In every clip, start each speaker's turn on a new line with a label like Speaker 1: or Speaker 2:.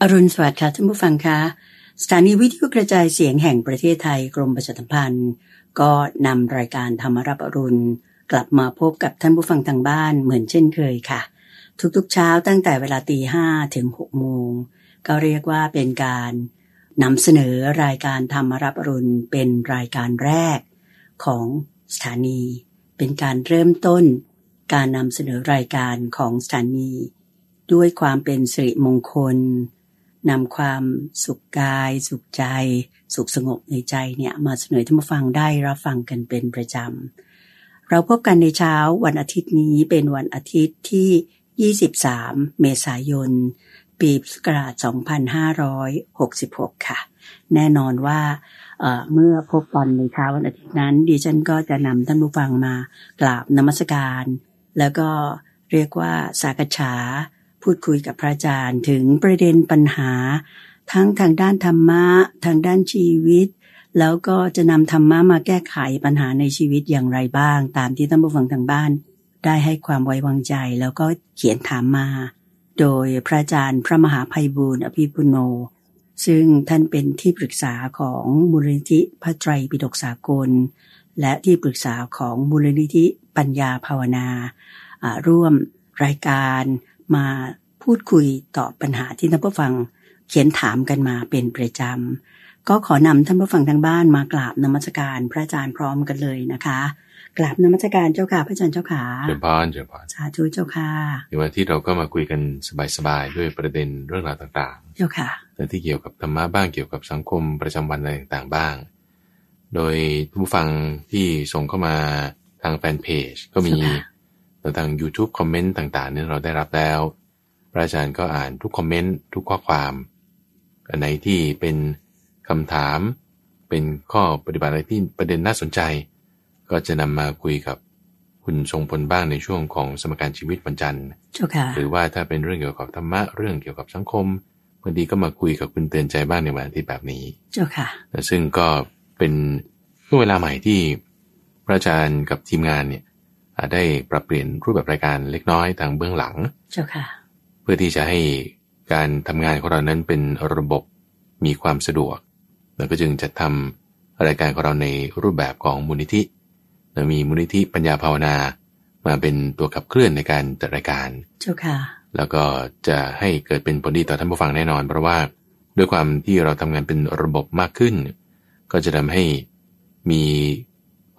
Speaker 1: อรุณสวัสดิ์ค่ะท่านผู้ฟังคะสถานีวิทยุกระจายเสียงแห่งประเทศไทยกรมประชาสัมพันธ์ ก็นำรายการธรรมรับอรุณ กลับมาพบกับท่านผู้ฟังทางบ้านเหมือนเช่นเคยค่ะ ทุกๆเช้าตั้งแต่เวลาตีห้าถึงหกโมง ก็เรียกว่าเป็นการนำเสนอรายการธรรมรับอรุณเป็นรายการแรกของสถานี เป็นการเริ่มต้น การนำเสนอรายการของสถานี ด้วยความเป็นสิริมงคลนำความสุขกาย สุขใจ สุขสงบในใจเนี่ยมาเสนอท่านผู้ฟังได้รับฟังกันเป็นประจำ เราพบกันในเช้าวันอาทิตย์นี้เป็นวันอาทิตย์ที่ 23 เมษายน ปีพุทธศักราช 2566 ค่ะ แน่นอนว่าเอ่อเมื่อพบกันในเช้าวันอาทิตย์นั้น ดิฉันก็จะนำท่านผู้ฟังมากราบนมัสการ แล้วก็เรียกว่าสักษา พูดคุยกับพระอาจารย์ถึงประเด็นปัญหา ทั้งทางด้านธรรมะ ทางด้านชีวิต แล้วก็จะนำธรรมะมาแก้ไขปัญหาในชีวิตอย่างไรบ้าง ตามที่ท่านผู้ฟังทางบ้าน ได้ให้ความไว้วางใจแล้วก็เขียนถามมา โดยพระอาจารย์พระมหาภัยบูร์อภิปุโน ซึ่งท่านเป็นที่ปรึกษาของมูลนิธิพระไตรปิฎกสากล และที่ปรึกษาของมูลนิธิปัญญาภาวนาอ่าร่วมรายการมาพูดคุยตอบปัญหาที่ท่านผู้ฟังเขียนถามกันมาเป็นประจำ ก็ขอนำท่านผู้ฟังทางบ้านมากราบนมัสการพระอาจารย์พร้อมกันเลยนะคะกราบนมัสการเจ้าค่ะพระอาจารย์เจ้าค่ะ
Speaker 2: เจริญพรเจริญพร
Speaker 1: สาธุเจ้าค่ะ
Speaker 2: ในวันที่เราก็มาคุยกันสบายๆด้วยประเด็นเรื่องราวต่าง
Speaker 1: เจ้าค่ะ
Speaker 2: ๆแต่ที่เกี่ยวกับธรรมะบ้างเกี่ยวกับสังคมประจำวันอะไรต่างๆบ้าง โดยผู้ฟังที่ส่งเข้ามาทางแฟนเพจก็มี
Speaker 1: ค่ะ
Speaker 2: แล้วทาง YouTube คอมเมนต์ต่างๆเนี่ยเราได้รับแล้ว พระอาจารย์ก็อ่านทุกคอมเมนต์ทุกข้อความอันไหนที่เป็นคำถาม เป็นข้อปฏิบัติอะไรที่ประเด็นน่าสนใจ ก็จะนำมาคุยกับคุณทรงพลบ้างในช่วงของสมการชีวิตวันจันทร์
Speaker 1: เจ้าค่ะ
Speaker 2: หรือว่าถ้าเป็นเรื่องเกี่ยวกับธรรมะเรื่องเกี่ยวกับสังคมบางทีก็มาคุยกับคุณเตือนใจบ้างในวันอาทิตย์แบบนี้
Speaker 1: เจ้าค่ะ
Speaker 2: นะซึ่งก็เป็นช่วงเวลาใหม่ที่พระอาจารย์กับทีมงานเนี่ยอ่าได้ปรับเปลี่ยนรูปแบบรายการเล็กน้อยทางเบื้องหลัง
Speaker 1: เจ้าค่ะ
Speaker 2: เพื่อที่จะให้การทำงานของเรานั้นเป็นระบบมีความสะดวก แล้วก็จึงจะทำรายการของเราในรูปแบบของมูลนิธิและมีมูลนิธิปัญญาภาวนา มาเป็นตัวขับเคลื่อนในการจัดรายการ
Speaker 1: เจ้าค่ะ
Speaker 2: แล้วก็จะให้เกิดเป็นผลดีต่อท่านผู้ฟังแน่นอน เพราะว่าด้วยความที่เราทำงานเป็นระบบมากขึ้น ก็จะทำให้มี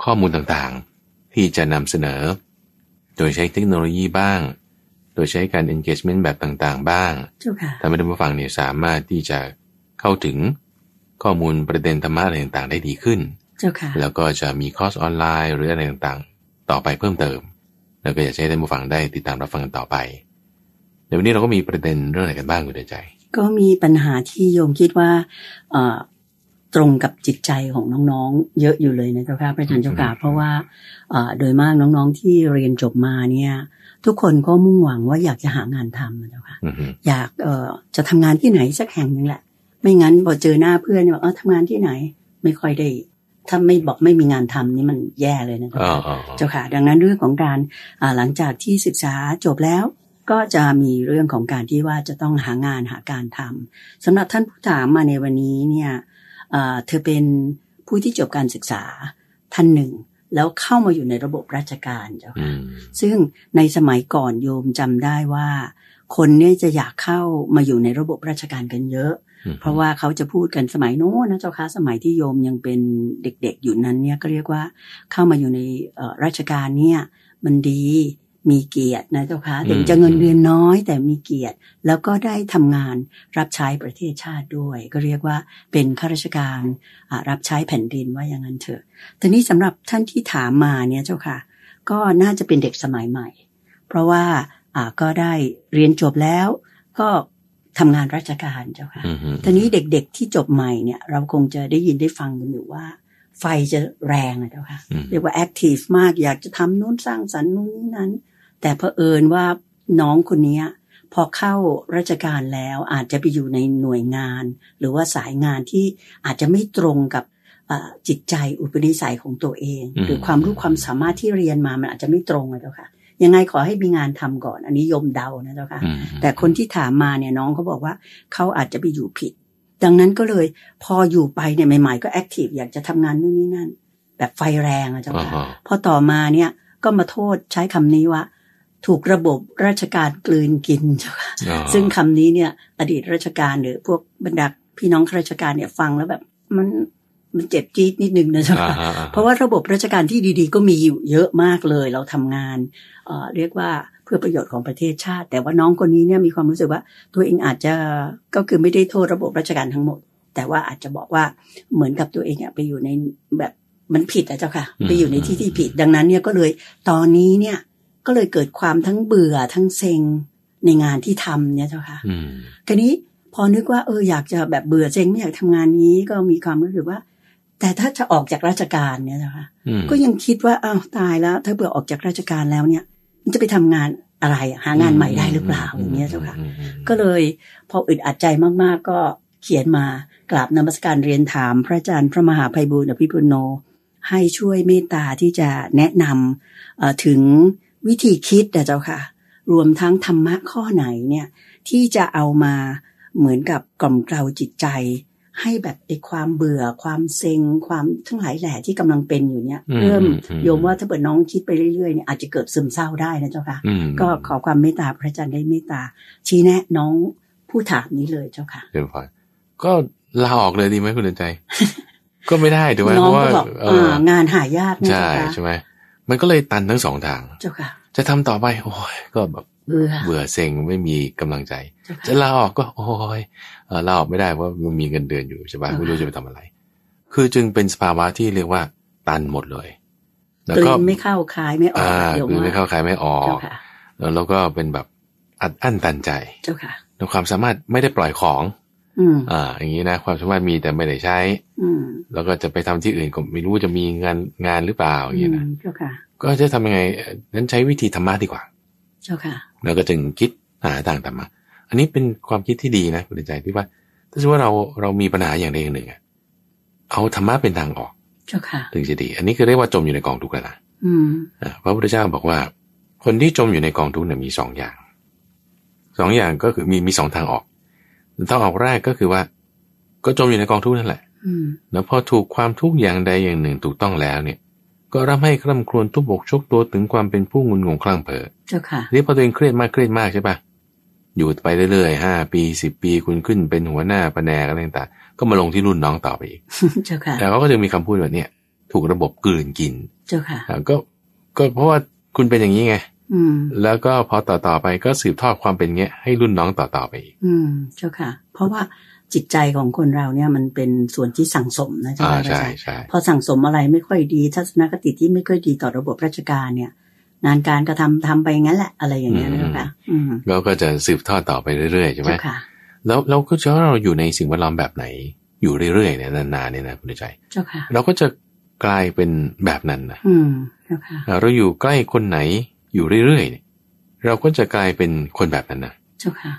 Speaker 2: ข้อมูลต่างๆ ที่จะนำเสนอ โดยใช้เทคโนโลยีบ้าง โดยใช้การ engagement แบบต่างๆ บ้าง
Speaker 1: เจ้าค่ะ
Speaker 2: ทำให้ท่านผู้ฟังเนี่ยสามารถที่จะเข้าถึงข้อมูลประเด็นธรรมะอะไรต่างๆ ได้ดีขึ้น
Speaker 1: เจ้าค่ะ
Speaker 2: แล้วก็จะมีคอร์สออนไลน์หรืออะไรต่างๆ ต่อไปเพิ่มเติม แล้วก็อยากจะให้ท่านผู้ฟังได้ติดตามรับฟังกันต่อไปในวันนี้เราก็มีประเด็นเรื่องอะไรกันบ้างคุณเดือนใจ
Speaker 1: ก็มีปัญหาที่โยมคิดว่าเอ่อตรงกับจิตใจของน้องๆ เยอะอยู่เลยนะเจ้าค่ะพระอาจารย์เจ้าค่ะ
Speaker 2: อืม
Speaker 1: เพราะว่าเอ่อโดยมากน้องๆที่เรียนจบมาเนี่ย ทุกคนก็มุ่งหวังว่าอยากจะหางานทำนะเจ้าค่ะ
Speaker 2: อือฮึ
Speaker 1: อยากเอ่อจะทำงานที่ไหนสักแห่งหนึ่งแหละ ไม่งั้นพอเจอหน้าเพื่อนเนี่ยบอกเออทำงานที่ไหน ไม่ค่อยได้ถ้าไม่บอกไม่มีงานทำนี่มันแย่เลยนะเจ้า
Speaker 2: อ๋อ
Speaker 1: ค่ะ
Speaker 2: อ๋ออ๋อ
Speaker 1: เจ้าค่ะดังนั้นเรื่องของการอ่าหลังจากที่ศึกษาจบแล้ว ก็จะมีเรื่องของการที่ว่าจะต้องหางานหาการทำสำหรับท่านผู้ถามมาในวันนี้เนี่ยอ่าเธอเป็นผู้ที่จบการศึกษาท่านหนึ่ง แล้วเข้ามาอยู่ในระบบราชการเจ้า
Speaker 2: อื
Speaker 1: ค่ะ
Speaker 2: ม
Speaker 1: ซึ่งในสมัยก่อนโยมจำได้ว่า คนเนี่ยจะอยากเข้ามาอยู่ในระบบราชการกันเยอะ
Speaker 2: อืม
Speaker 1: เพราะว่าเขาจะพูดกันสมัยโน้นนะเจ้าคะสมัยที่โยมยังเป็นเด็กๆอยู่นั้นเนี่ยก็เรียกว่าเข้ามาอยู่ในเอ่อราชการเนี่ยมันดีมีเกียรตินะเจ้าคะถึงจะเงินเดือนน้อยแต่มีเกียรติ แล้วก็ได้ทำงานรับใช้ประเทศชาติด้วย ก็เรียกว่าเป็นข้าราชการอ่ะรับใช้แผ่นดินว่าอย่างนั้นเถอะทีนี้สำหรับท่านที่ถามมาเนี่ยเจ้าค่ะ ก็น่าจะเป็นเด็กสมัยใหม่ เพราะว่าอ่ะก็ได้เรียนจบแล้ว ก็ทำงานราชการเจ้าค่ะ
Speaker 2: อือฮึ
Speaker 1: ทีนี้เด็กๆที่จบใหม่เนี่ยเราคงจะได้ยินได้ฟังกันอยู่ว่า ไฟจะแรงอะเจ้าค่ะ
Speaker 2: อืม
Speaker 1: เรียกว่าแอคทีฟมากอยากจะทำนู้นสร้างสรรค์นู้นนี่นั้น แต่เผอิญว่าน้องคนเนี้ยพอเข้าราชการแล้วอาจจะไปอยู่ในหน่วยงาน หรือว่าสายงานที่อาจจะไม่ตรงกับเอ่อจิตใจอุปนิสัยของตัวเอง หรือความรู้ความสามารถที่เรียนมามันอาจจะไม่ตรงอะเจ้าค่ะ ยังไงขอให้มีงานทำก่อน อันนี้โยมเดานะเจ้าค่ะ
Speaker 2: อืม
Speaker 1: แต่คนที่ถามมาเนี่ยน้องเขาบอกว่าเขาอาจจะไปอยู่ผิด ดังนั้นก็เลยพออยู่ไปเนี่ยใหม่ ๆ ก็แอคทีฟอยากจะทำงานนู่นนี่นั่น แบบไฟแรงอะเจ้า
Speaker 2: อ๋อ
Speaker 1: ค่ะ พอต่อมาเนี่ยก็มาโทษใช้คำนี้ว่า ถูกระบบราชการกลืนกินเจ้าค่ะ
Speaker 2: อ๋อ
Speaker 1: ซึ่งคำนี้เนี่ยอดีตราชการหรือพวกบรรดาพี่น้องข้าราชการเนี่ยฟังแล้วแบบมันมันเจ็บจี๊ดนิดนึงนะเจ้า
Speaker 2: อ่า
Speaker 1: ค่ะ
Speaker 2: ฮอ่ฮ
Speaker 1: เพราะว่าระบบราชการที่ดีๆ ก็มีอยู่เยอะมากเลย เราทำงานเอ่อเรียกว่าเพื่อประโยชน์ของประเทศชาติ แต่ว่าน้องคนนี้เนี่ยมีความรู้สึกว่า ตัวเองอาจจะก็คือไม่ได้โทษระบบราชการทั้งหมด แต่ว่าอาจจะบอกว่าเหมือนกับตัวเองอะไปอยู่ในแบบมันผิดอะเจ้าค่ะ ไปอยู่ในที่ที่ผิด ดังนั้นเนี่ยก็เลยตอนนี้เนี่ยก็เลยเกิดความทั้งเบื่อทั้งเซ็งในงานที่ทำเนี่ยเจ้าค่ะ
Speaker 2: อืม
Speaker 1: คราวนี้พอนึกว่าเอออยากจะแบบเบื่อเซ็งไม่อยากทำงานนี้ก็มีความรู้สึกว่า แต่ถ้าจะออกจากราชการเนี่ยนะคะ
Speaker 2: อืม
Speaker 1: ก็ยังคิดว่าอ้าวตายแล้ว ถ้าเบื่อออกจากราชการแล้วเนี่ย มันจะไปทำงานอะไรอะหางานใหม่ได้หรือเปล่าอย่างเงี้ยเจ้าค่ะ
Speaker 2: อืมอืม
Speaker 1: ก็เลยพออึดอัดใจมากๆ ก็เขียนมากราบนมัสการเรียนถามพระอาจารย์พระมหาภัยบูลย์อภิปุโน ให้ช่วยเมตตาที่จะแนะนำเอ่อถึงวิธีคิดนะเจ้าค่ะ รวมทั้งธรรมะข้อไหนเนี่ยที่จะเอามาเหมือนกับกล่อมเกลาจิตใจ ให้แบบไอ้ความเบื่อความเซ็ง ความทั้งหลายแหล่ที่กำลังเป็นอยู่เนี่ย
Speaker 2: อืม
Speaker 1: เริ่ม
Speaker 2: อืมอืม
Speaker 1: โยมว่าถ้าเกิดน้องคิดไปเรื่อยๆเนี่ยอาจจะเกิดซึมเศร้าได้นะเจ้าค่ะ
Speaker 2: อืม
Speaker 1: ก็ขอความเมตตาพระอาจารย์ได้เมตตา ชี้แนะน้องผู้ถามนี้เลยเจ้าค่ะ
Speaker 2: เดินผ่านก็ลาออกเลยดีไหมคุณเดินใจ ก็ไม่ได้ถูกไหม
Speaker 1: น้
Speaker 2: เพ
Speaker 1: อง
Speaker 2: ราะว่า
Speaker 1: ก็บอก
Speaker 2: เออ
Speaker 1: อ่างานหายากนะ
Speaker 2: ใช่
Speaker 1: เจ้าค่ะ
Speaker 2: ใช่ไหมมันก็เลยตันทั้งสองทาง
Speaker 1: เจ้าค่ะ
Speaker 2: จะทำต่อไป โอ้ยก็แบบ
Speaker 1: เบื่อ
Speaker 2: เบื่อเซ็งไม่มีกำลังใจ
Speaker 1: เจ้า
Speaker 2: จะ
Speaker 1: ค่ะ
Speaker 2: ลาออกก็โอ้ยเอ่อลาออกไม่ได้เพราะมึงมีเงินเดือนอยู่ใช่ปะ
Speaker 1: อ่า
Speaker 2: ไม่รู้จะไปทำอะไร คือจึงเป็นสภาวะที่เรียกว่า ตันหมดเลย แล้วก็
Speaker 1: กลืนไม่เข้าคายไม่ออก
Speaker 2: อ่า
Speaker 1: เดี๋ยว
Speaker 2: กลืนไม่
Speaker 1: ว่า
Speaker 2: เข้าคายไม่ออ
Speaker 1: เจ้าก ค่ะ
Speaker 2: แล้วเราก็เป็นแบบอัดอั้นตันใจ
Speaker 1: เจ้าค่ะ
Speaker 2: แล้วความสามารถไม่ได้ปล่อยของ
Speaker 1: อืม
Speaker 2: อ่า อย่างนี้นะ ความสามารถมีแต่ไม่ได้ใช้
Speaker 1: อืม
Speaker 2: แล้วก็จะไปทำที่อื่นก็ไม่รู้จะมีงานงานหรือเปล่าอย่างนี้นะ
Speaker 1: เจ้าค่ะ
Speaker 2: ก็จะทำยังไงเอ่อนั้นใช้วิธีธรรมะดีกว่า
Speaker 1: เจ้าค่ะ
Speaker 2: แล้วก็จึงคิดหาทางธรรมะ อันนี้เป็นความคิดที่ดีนะคุณใจที่ว่า ถ้าสมมติว่าเราเรามีปัญหาอย่างใดอย่างหนึ่งอะเอาธรรมะเป็นทางออก
Speaker 1: เจ้าค่ะ
Speaker 2: ถึงจะดี อันนี้คือเรียกว่าจมอยู่ในกองทุกข์แล้วนะ
Speaker 1: อืม
Speaker 2: อ่าพระพุทธเจ้าบอกว่า คนที่จมอยู่ในกองทุกข์เนี่ยมีสองอย่าง สองอย่างก็คือมีมีสองทางออก ทางออกแรกก็คือว่า ก็จมอยู่ในกองทุกข์นั่นแหละ
Speaker 1: อืม
Speaker 2: แล้วพอถูกความทุกข์อย่างใดอย่างหนึ่งถูกต้องแล้วเนี่ย ก็ร่ำให้คร่ำครวญทุบอกชกตัวถึงความเป็นผู้งุนงงคลั่งเผลอ
Speaker 1: เจ้าค่ะ
Speaker 2: ทีนี้พอตัวเองเครียดมากเครียดมากใช่ปะอยู่ไปเรื่อยๆห้าปีสิบปีคุณขึ้นเป็นหัวหน้าแผนกอะไรต่างๆก็มาลงที่รุ่นน้องต่อไปอีก
Speaker 1: เจ้าค่ะ
Speaker 2: แต่เขาก็จะมีคำพูดแบบเนี้ยถูกระบบกลืนกิน
Speaker 1: เจ้าค่ะ
Speaker 2: อ่าก็ก็เพราะว่าคุณเป็นอย่างนี้ไง
Speaker 1: อืม
Speaker 2: แล้วก็พอต่อต่อๆไปก็สืบทอดความเป็นเงี้ยให้รุ่นน้องต่อต่อๆไปอีก
Speaker 1: อืมเจ้าค่ะ เพราะว่าจิตใจของคนเราเนี่ยมันเป็นส่วนที่สั่งสมนะเจ้า
Speaker 2: อ่า
Speaker 1: ค่ะพระอาจารย์
Speaker 2: ใช่ใช่
Speaker 1: พอสั่งสมอะไรไม่ค่อยดี ทัศนคติที่ไม่ค่อยดีต่อระบบราชการเนี่ย งานการก็ทำทำไปงั้นแหละอะไรอย่างเงี้ยนะคะอืม
Speaker 2: แล้วก็จะสืบทอดต่อไปเรื่อยๆใช่ไหม
Speaker 1: เจ้าค่ะ
Speaker 2: แล้วเราก็จะว่าเราอยู่ในสิ่งแวดล้อมแบบไหน อยู่เรื่อยๆเนี่ยนานๆเนี่ยนะคุณใจ
Speaker 1: เจ้าค่ะ
Speaker 2: เราก็จะกลายเป็นแบบนั้นนะ
Speaker 1: อืมเจ้าค่ะ
Speaker 2: อ่าเราอยู่ใกล้คนไหนอยู่เรื่อยๆเนี่ยเราก็จะกลายเป็นคนแบบนั้นนะ
Speaker 1: เจ้าค่ะ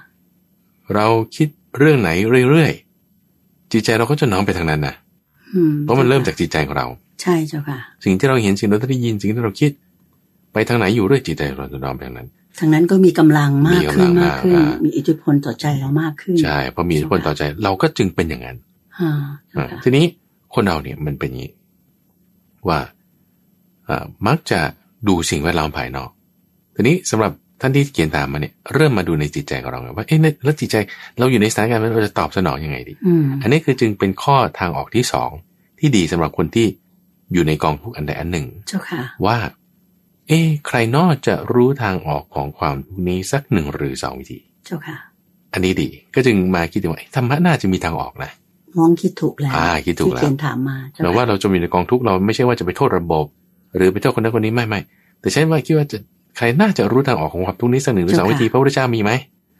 Speaker 2: เราคิดเรื่องไหนเรื่อยๆจิตใจเราก็จะน้อมไปทางนั้นนะ
Speaker 1: อืม
Speaker 2: เพราะมันเริ่มจากจิตใจของเรา
Speaker 1: ใช่เจ้าค่ะ
Speaker 2: สิ่งที่เราเห็นสิ่งที่เราได้ยินสิ่งที่เราคิด ไปทางไหนอยู่เรื่อยจิตใจเราจะน้อมไปทางนั้น
Speaker 1: ทางนั้นก็มีกำลังมากขึ้น
Speaker 2: มีกำลัง
Speaker 1: มากขึ้น
Speaker 2: มากอ่ามี
Speaker 1: มีอิทธิพลต่อใจเรามากขึ้น
Speaker 2: ใช่พอมีอิทธิพลต่อใจเราก็จึงเป็นอย่างนั้น
Speaker 1: อ่า
Speaker 2: อ่า
Speaker 1: เจ้าค่ะ
Speaker 2: ทีนี้คนเราเนี่ยมันเป็นอย่างนี้ว่าอ่ามักจะดูสิ่งแวดล้อมภายนอก ทีนี้สำหรับท่านที่เขียนตามมาเนี่ยเริ่มมาดูในจิตใจของเราไงว่าเอ๊ะแล้วจิตใจเราอยู่ในสถานการณ์นั้นเราจะตอบสนองยังไงดี
Speaker 1: อืม
Speaker 2: อันนี้คือจึงเป็นข้อทางออกที่สองที่ดีสำหรับคนที่อยู่ในกองทุกข์อันใดอันหนึ่ง
Speaker 1: เจ้าค่ะ
Speaker 2: ว่า เอ๊ะใครนอกจะรู้ทางออกของความทุกข์นี้สักหนึ่งหรือสองวิธี
Speaker 1: เจ้าค่ะ
Speaker 2: อันนี้ดีก็จึงมาคิดถึงว่าเอ๊ะธรรมะน่าจะมีทางออกนะ
Speaker 1: มองคิดถูกแล้ว
Speaker 2: อ่าคิดถูกแล้ว
Speaker 1: ที่เขียนถามมาเจ้า
Speaker 2: เราว่า
Speaker 1: ค่ะ
Speaker 2: เราจะมีในกองทุกข์เราไม่ใช่ว่าจะไปโทษระบบ หรือไปโทษคนนั้นคนนี้ไม่ไม่แต่ฉันว่าคิดว่าจะใครน่าจะรู้ทางออกของความทุกข์นี้สักหนึ่งหรือสองวิธีพระพุทธเจ้ามีไหม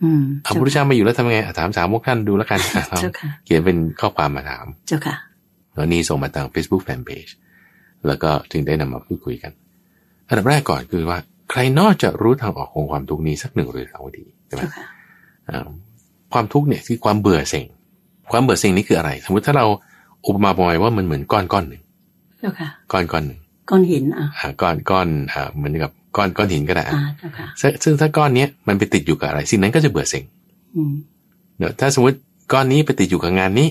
Speaker 1: อืม
Speaker 2: อ่ะพระพุทธเจ้าไม่อยู่แล้วทำไงอ่ะถามส ามพวกท่านดูแล้วกันอ่ะ
Speaker 1: เจ้าค่ะ
Speaker 2: เขียนเป็นข้อความมาถาม
Speaker 1: เจ้าค่ะ
Speaker 2: แล้วนี่ส่งมาทาง Facebook Fanpage แล้วก็ถึงได้นำมาพูดคุยกัน อันดับแรกก่อนคือว่า ใครนอกจะรู้ทางออกของความทุกข์นี้สักหนึ่งหรือสองทีใช่ไหม
Speaker 1: เจ้าค่ะ
Speaker 2: อ่าความทุกข์เนี่ยคือความเบื่อเซ็งความเบื่อเซ็งนี่คืออะไร สมมติถ้าเราอุปมาบอยว่ามันเหมือนก้อนก้อนหนึ่ง
Speaker 1: เจ้าค่ะ
Speaker 2: ก้อนก้อนหนึ่ง
Speaker 1: ก้อนหินอ่ะ
Speaker 2: อ่าก้อนก้อนอ่าเหมือนกับ ก้อนก้อนหินก็ได้อะ
Speaker 1: อ่าเจ้าค่ะ
Speaker 2: ซึ่งซึ่งถ้าก้อนเนี้ยมันไปติดอยู่กับอะไร สิ่งนั้นก็จะเบื่อสิ่ง
Speaker 1: อืม
Speaker 2: เนอะถ้าสมมติก้อนนี้ไปติดอยู่กับงานนี้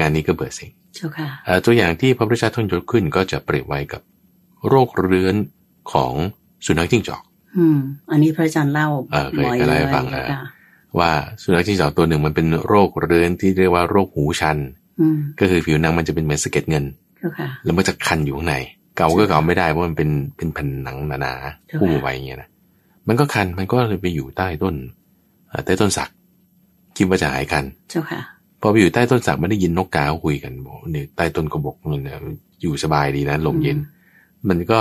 Speaker 2: งานนี้ก็เบื่อสิ่ง
Speaker 1: เจ้าค่ะ
Speaker 2: เอ่อตัวอย่างที่พระพุทธเจ้าท่านยกขึ้นก็จะเปรียบไว้กับโรคเรื้อนของสุนัขจิ้งจอก
Speaker 1: อืม อันนี้พระอาจารย์เล่า
Speaker 2: เออเคย
Speaker 1: บ่อย
Speaker 2: เคย
Speaker 1: เล
Speaker 2: เล่าย ให้ฟัง
Speaker 1: เจ้า
Speaker 2: นะ
Speaker 1: ค่ะ
Speaker 2: ว่าสุนัขจิ้งจอกตัวหนึ่งมันเป็นโรคเรื้อนที่เรียกว่าโรคหูชัน
Speaker 1: อืม
Speaker 2: ก็คือผิวหนังมันจะเป็นเหมือนสะเก็ดเงิน
Speaker 1: เจ้าค่ะ
Speaker 2: แล้วมันจะคันอยู่ข้างใน เกาก็เกาไม่ได้เพราะมันเป็นเป็นแผ่นหนังหนา
Speaker 1: ใช่ไหม
Speaker 2: ๆหุ้มเอาไว้อย่างเงี้ยนะ มันก็คันมันก็เลยไปอยู่ใต้ต้นเอ่อใต้ต้นสัก คิดว่าจะหายคัน
Speaker 1: เจ้าค่ะ
Speaker 2: พอไปอยู่ใต้ต้นสักไม่ได้ยินนกกาเขาคุยกันบอกเนี่ยใต้ต้นกระบอกมันเนี่ยอยู่สบายดีนะลมเย็น มันก็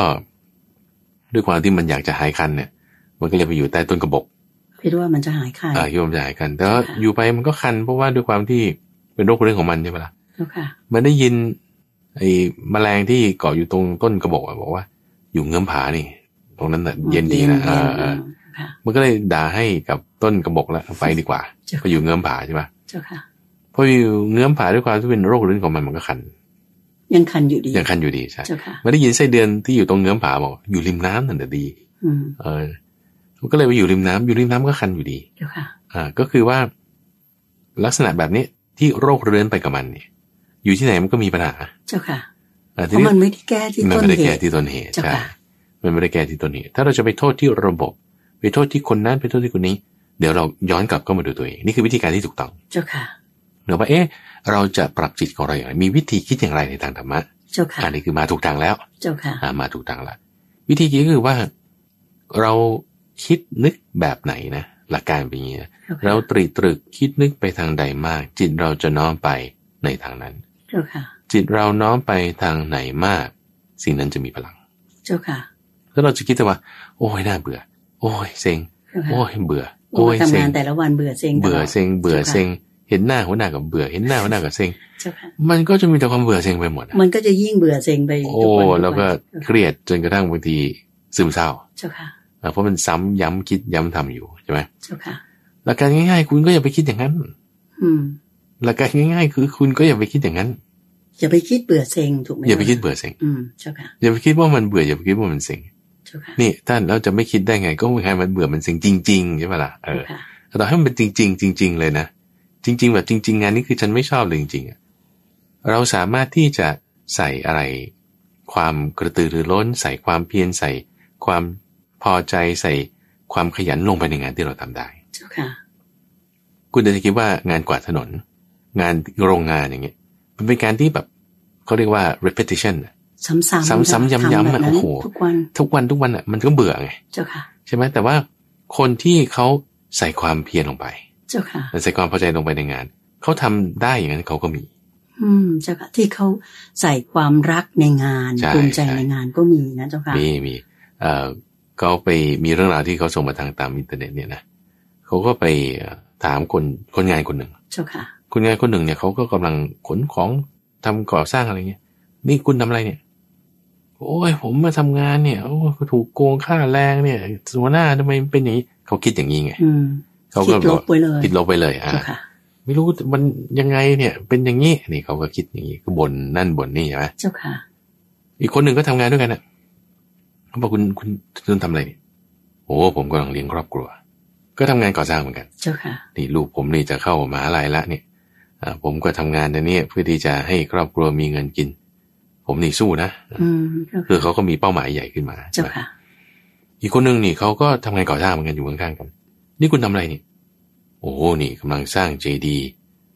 Speaker 2: ด้วยความที่มันอยากจะหายคันเนี่ย มันก็เลยไปอยู่ใต้ต้นกระบอก
Speaker 1: คิดว่ามันจะหายไข้
Speaker 2: เออคิดว่ามันจะหายคันแต่ว่าอยู่ไปมันก็คัน เพราะว่าด้วยความที่เป็นโรคเรื่องของมันใช่ไหมล่ะ
Speaker 1: เจ้าค่ะ
Speaker 2: มันได้ยิน ไอ้แมลงที่เกาะอยู่ตรงต้นกระบอกอะบอกว่า อยู่เงื้อมผานี่ ตรงนั้นน่ะเย็นดีนะ
Speaker 1: เย็ๆ
Speaker 2: เออ
Speaker 1: ค่ะ
Speaker 2: มันก็เลยด่าให้กับต้นกระบอกละไปดีกว่า
Speaker 1: เจ้า
Speaker 2: ไปอยู่เงื้อมผาใช่ปะ
Speaker 1: เจ้าค่ะ
Speaker 2: พออยู่เงื้อมผาด้วยความที่เป็นโรคเรื้อนของมันมันก็คัน
Speaker 1: ยังคันอยู่ดี
Speaker 2: ยังคันอยู่ดีใช่
Speaker 1: เจ้าค่ะ
Speaker 2: มันได้ยินไส้เดือนที่อยู่ตรงเงื้อมผาบอกอยู่ริมน้ำนั่นแต่ะดี
Speaker 1: อืม
Speaker 2: เออมันก็เลยไปอยู่ริมน้ำอยู่ริมน้ำก็คันอยู่ดี
Speaker 1: เจ้าค่ะ
Speaker 2: อ่าก็คือว่า ลักษณะแบบนี้ที่โรคเรื้อนไปกับมันเนี่ย อยู่ที่ไหนมันก็มีปัญหา
Speaker 1: เจ้าค่ะ
Speaker 2: อ่า
Speaker 1: เพ
Speaker 2: ที
Speaker 1: ราะ
Speaker 2: นี้
Speaker 1: มันไม่ได้แก้ที่
Speaker 2: มัน
Speaker 1: ต้น
Speaker 2: ไม่ได้
Speaker 1: เห
Speaker 2: แก้
Speaker 1: ตุ
Speaker 2: ที่ต้นเหตุ
Speaker 1: เจ้า
Speaker 2: ใช่
Speaker 1: ค่ะ
Speaker 2: มันไม่ได้แก้ที่ต้นเหตุ ถ้าเราจะไปโทษที่ระบบ ไปโทษที่คนนั้นไปโทษที่คนนี้ เดี๋ยวเราย้อนกลับเข้ามาดูตัวเอง นี่คือวิธีการที่ถูกต้อง
Speaker 1: เจ้าค่ะ
Speaker 2: เดี๋ยวว่าเอ๊ะเราจะปรับจิตของเราอย่างไร มีวิธีคิดอย่างไรในทางธรรมะ
Speaker 1: เจ้าค่ะ
Speaker 2: อันนี้คือมาถูกทางแล้ว
Speaker 1: เจ้าค่ะ
Speaker 2: อ่ามาถูกทางแล้ว วิธีคิดก็คือว่า เราคิดนึกแบบไหนนะ หลักการเป็นอย่างนี้นะ
Speaker 1: เจ้าค่ะ
Speaker 2: เราตรีตรึกคิดนึกไปทางใดมาก จิตเราจะน้อมไปในทางนั้น
Speaker 1: เจ้าค่ะ
Speaker 2: จิตเราน้อมไปทางไหนมาก สิ่งนั้นจะมีพลัง
Speaker 1: เจ้าค่ะ
Speaker 2: แล้วเราจะคิดแต่ว่า โอ้ยน่าเบื่อ โอ้ยเซ็ง
Speaker 1: เจ้าค่ะ
Speaker 2: โอ้ยเบื่อ
Speaker 1: โอ้
Speaker 2: โอ้
Speaker 1: ย
Speaker 2: ย
Speaker 1: ทำ
Speaker 2: เซ็
Speaker 1: งาง นแต่ละวันเบื่อเซ็ง
Speaker 2: เบื่อ
Speaker 1: ตลด
Speaker 2: เซ็ง เบื่อเซ็ง เห็นหน้าหัวหน้ากับเบื่อ เห็นหน้าหัวหน้ากับเซ็ง
Speaker 1: เจ้าค่ะ
Speaker 2: มันก็จะมีแต่ความเบื่อเซ็งไปหมดอะ
Speaker 1: มันก็จะยิ่งเบื่อเซ็งไป
Speaker 2: โอ้
Speaker 1: ทุน
Speaker 2: แล้วก็
Speaker 1: ทุน
Speaker 2: เครียดจนกระทั่งบางทีซึมเศร้า
Speaker 1: เจ้าค่ะ
Speaker 2: อ่ะเพราะมันซ้ำย้ำคิดย้ำทำอยู่ใช่ไหม
Speaker 1: เจ้าค่ะ
Speaker 2: หลักการง่ายๆ คุณก็อย่าไปคิดอย่างนั้น
Speaker 1: อืม
Speaker 2: หลักการง่ายๆ คือคุณก็อย่าไปคิดอย่างนั้น
Speaker 1: อย่าไปคิดเบื่อเซ็งถูกไหม
Speaker 2: อย่าไปคิดเบื่อเซ็ง
Speaker 1: อืม เจ้าค่ะ
Speaker 2: อย่าไปคิดว่ามันเบื่ออย่าไปคิดว่ามันเซ็ง
Speaker 1: เจ้าค่ะ
Speaker 2: นี่ท่านเราจะไม่คิดได้ไง ก็ไม่ใครมันเบื่อมันเซ็งจริงๆใช่ปะล่ะ
Speaker 1: เจ้า
Speaker 2: เออ
Speaker 1: ค่ะ
Speaker 2: แต่ต่อให้มันเป็นจริง ๆ จริง ๆ เลยนะ จริง ๆ แบบจริง ๆ งานนี้คือฉันไม่ชอบเลยจริงๆอะเราสามารถที่จะใส่อะไร ความกระตือรือร้น ใส่ความเพียรใส่ความพอใจใส่ความขยันลงไปในงานที่เราทำได้
Speaker 1: เจ้าค่ะ
Speaker 2: คุณอาจจะคิดว่างานกวาดถนน งานโรงงานอย่างเงี้ยมันเป็นการที่แบบเขาเรียกว่า repetition อะ
Speaker 1: ซ้ำๆ
Speaker 2: ซ้ำๆย้ำๆ
Speaker 1: ทแบบ
Speaker 2: อะ
Speaker 1: นั้น
Speaker 2: โอ้โห
Speaker 1: ทุกวัน
Speaker 2: ทุกวันทุกวันอ่ะมันก็เบื่อไง
Speaker 1: เจ้าค่ะ
Speaker 2: ใช่ไหมแต่ว่าคนที่เขาใส่ความเพียรลงไป
Speaker 1: เจ้าค่ะ
Speaker 2: ใส่ความพอใจลงไปในงานเขาทำได้อย่างนั้นเขาก็มี
Speaker 1: อืม เจ้าค่ะ ที่เขาใส่ความรักในงาน
Speaker 2: ใช่
Speaker 1: ภูมิใจ
Speaker 2: ใช่
Speaker 1: ในงานก็มีนะเจ้าค่ะ
Speaker 2: มีมีเอ่อเขาไปมีเรื่องราวที่เขาส่งมาทางตามอินเทอร์เน็ตเนี่ยนะเขาก็ไปเอ่อถามคนคนงานคนหนึ่ง
Speaker 1: เจ้าค่ะ
Speaker 2: คนงานคนหนึ่งเนี่ยเขาก็กำลังขนของทำก่อสร้างอะไรเงี้ย นี่คุณทำอะไรเนี่ย โอ้ยผมมาทำงานเนี่ยโอ้ยถูกโกงค่าแรงเนี่ยหัวหน้าทำไมเป็นอย่างนี้เขาคิดอย่างนี้ไง
Speaker 1: อืม
Speaker 2: เขา
Speaker 1: คิ
Speaker 2: ก็
Speaker 1: ดลบไปเลย
Speaker 2: คิดลบไปเลยอ่ะ
Speaker 1: เจ้าค่ะ
Speaker 2: ไม่รู้มันยังไงเนี่ย เป็นอย่างนี้นี่เขาก็คิดอย่างนี้ก็บ่นนั่นบ่นนี่ใช่ไหม
Speaker 1: เจ้าค่ะ
Speaker 2: อีกคนหนึ่งก็ทำงานด้วยกันน่ะเขาบอกคุณคุณคุณทำอะไรเนี่ยโอ้ผมกำลังเลี้ยงครอบครัว ก็ทำงานก่อสร้างเหมือนกัน
Speaker 1: เจ้าค่ะ
Speaker 2: นี่ลูกผมนี่จะเข้ามหาลัยละเนี่ยอ่าผมก็ทำงานในนี้เพื่อที่จะให้ครอบครัวมีเงินกิน ผมนี่สู้นะ
Speaker 1: อืม เจ้า
Speaker 2: คือ
Speaker 1: ค่ะ
Speaker 2: เขาก็มีเป้าหมายใหญ่ขึ้นมา
Speaker 1: เจ้า
Speaker 2: ใช่ไหม
Speaker 1: ค่ะ
Speaker 2: อีกคนหนึ่งนี่เขาก็ทำงานก่อสร้างเหมือนกันอยู่ข้างๆกัน นี่คุณทำอะไรเนี่ยโอ้นี่กำลังสร้างเจดีย์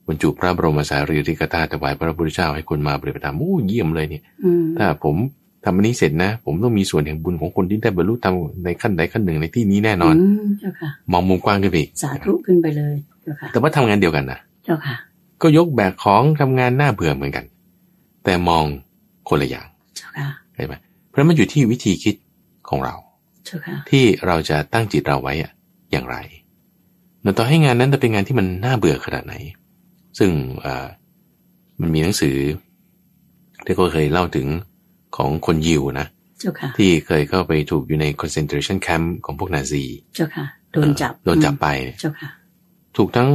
Speaker 2: บรรจุพระบรมสารีริกธาตุถวายพระพุทธเจ้าให้คนมาปฏิบัติธรรมโอ้เยี่ยมเลยเนี่ย
Speaker 1: อืม
Speaker 2: ถ้าผมทำอันนี้เสร็จนะ ผมต้องมีส่วนแห่งบุญของคนที่ได้บรรลุธรรมในขั้นใดขั้นหนึ่งในที่นี้แน่นอน
Speaker 1: อืม เจ้าค่ะ
Speaker 2: มองมุมกว้างขึ้นไปอีก
Speaker 1: สาธุขึ้นไปเลย เจ้าค่ะ
Speaker 2: แต่ว่าทำงานเดียวกันนะ
Speaker 1: เจ้าค่ะ
Speaker 2: ก็ยกแบกของทำงานหน้าเบื่อเหมือนกัน แต่มองคนละอย่าง
Speaker 1: เจ้าค่ะ
Speaker 2: ใช่ไหมเพราะมันอยู่ที่วิธีคิดของเรา
Speaker 1: เจ้าค่ะ
Speaker 2: ที่เราจะตั้งจิตเราไว้อะอย่างไรแต่ต่อให้งานนั้นจะเป็นงานที่มันน่าเบื่อขนาดไหน ซึ่งเอ่อมันมีหนังสือที่ก็เคยเล่าถึงของคนยิวนะ
Speaker 1: เจ้าค่ะ
Speaker 2: ที่เคยเข้าไปถูกอยู่ใน concentration camp ของพวกนาซี
Speaker 1: เจ้าค่ะ โดนจับ
Speaker 2: เอ่อโดนจับ
Speaker 1: อื
Speaker 2: ไปเนี่ย
Speaker 1: มเจ้าค่ะ
Speaker 2: ถูกทั้ง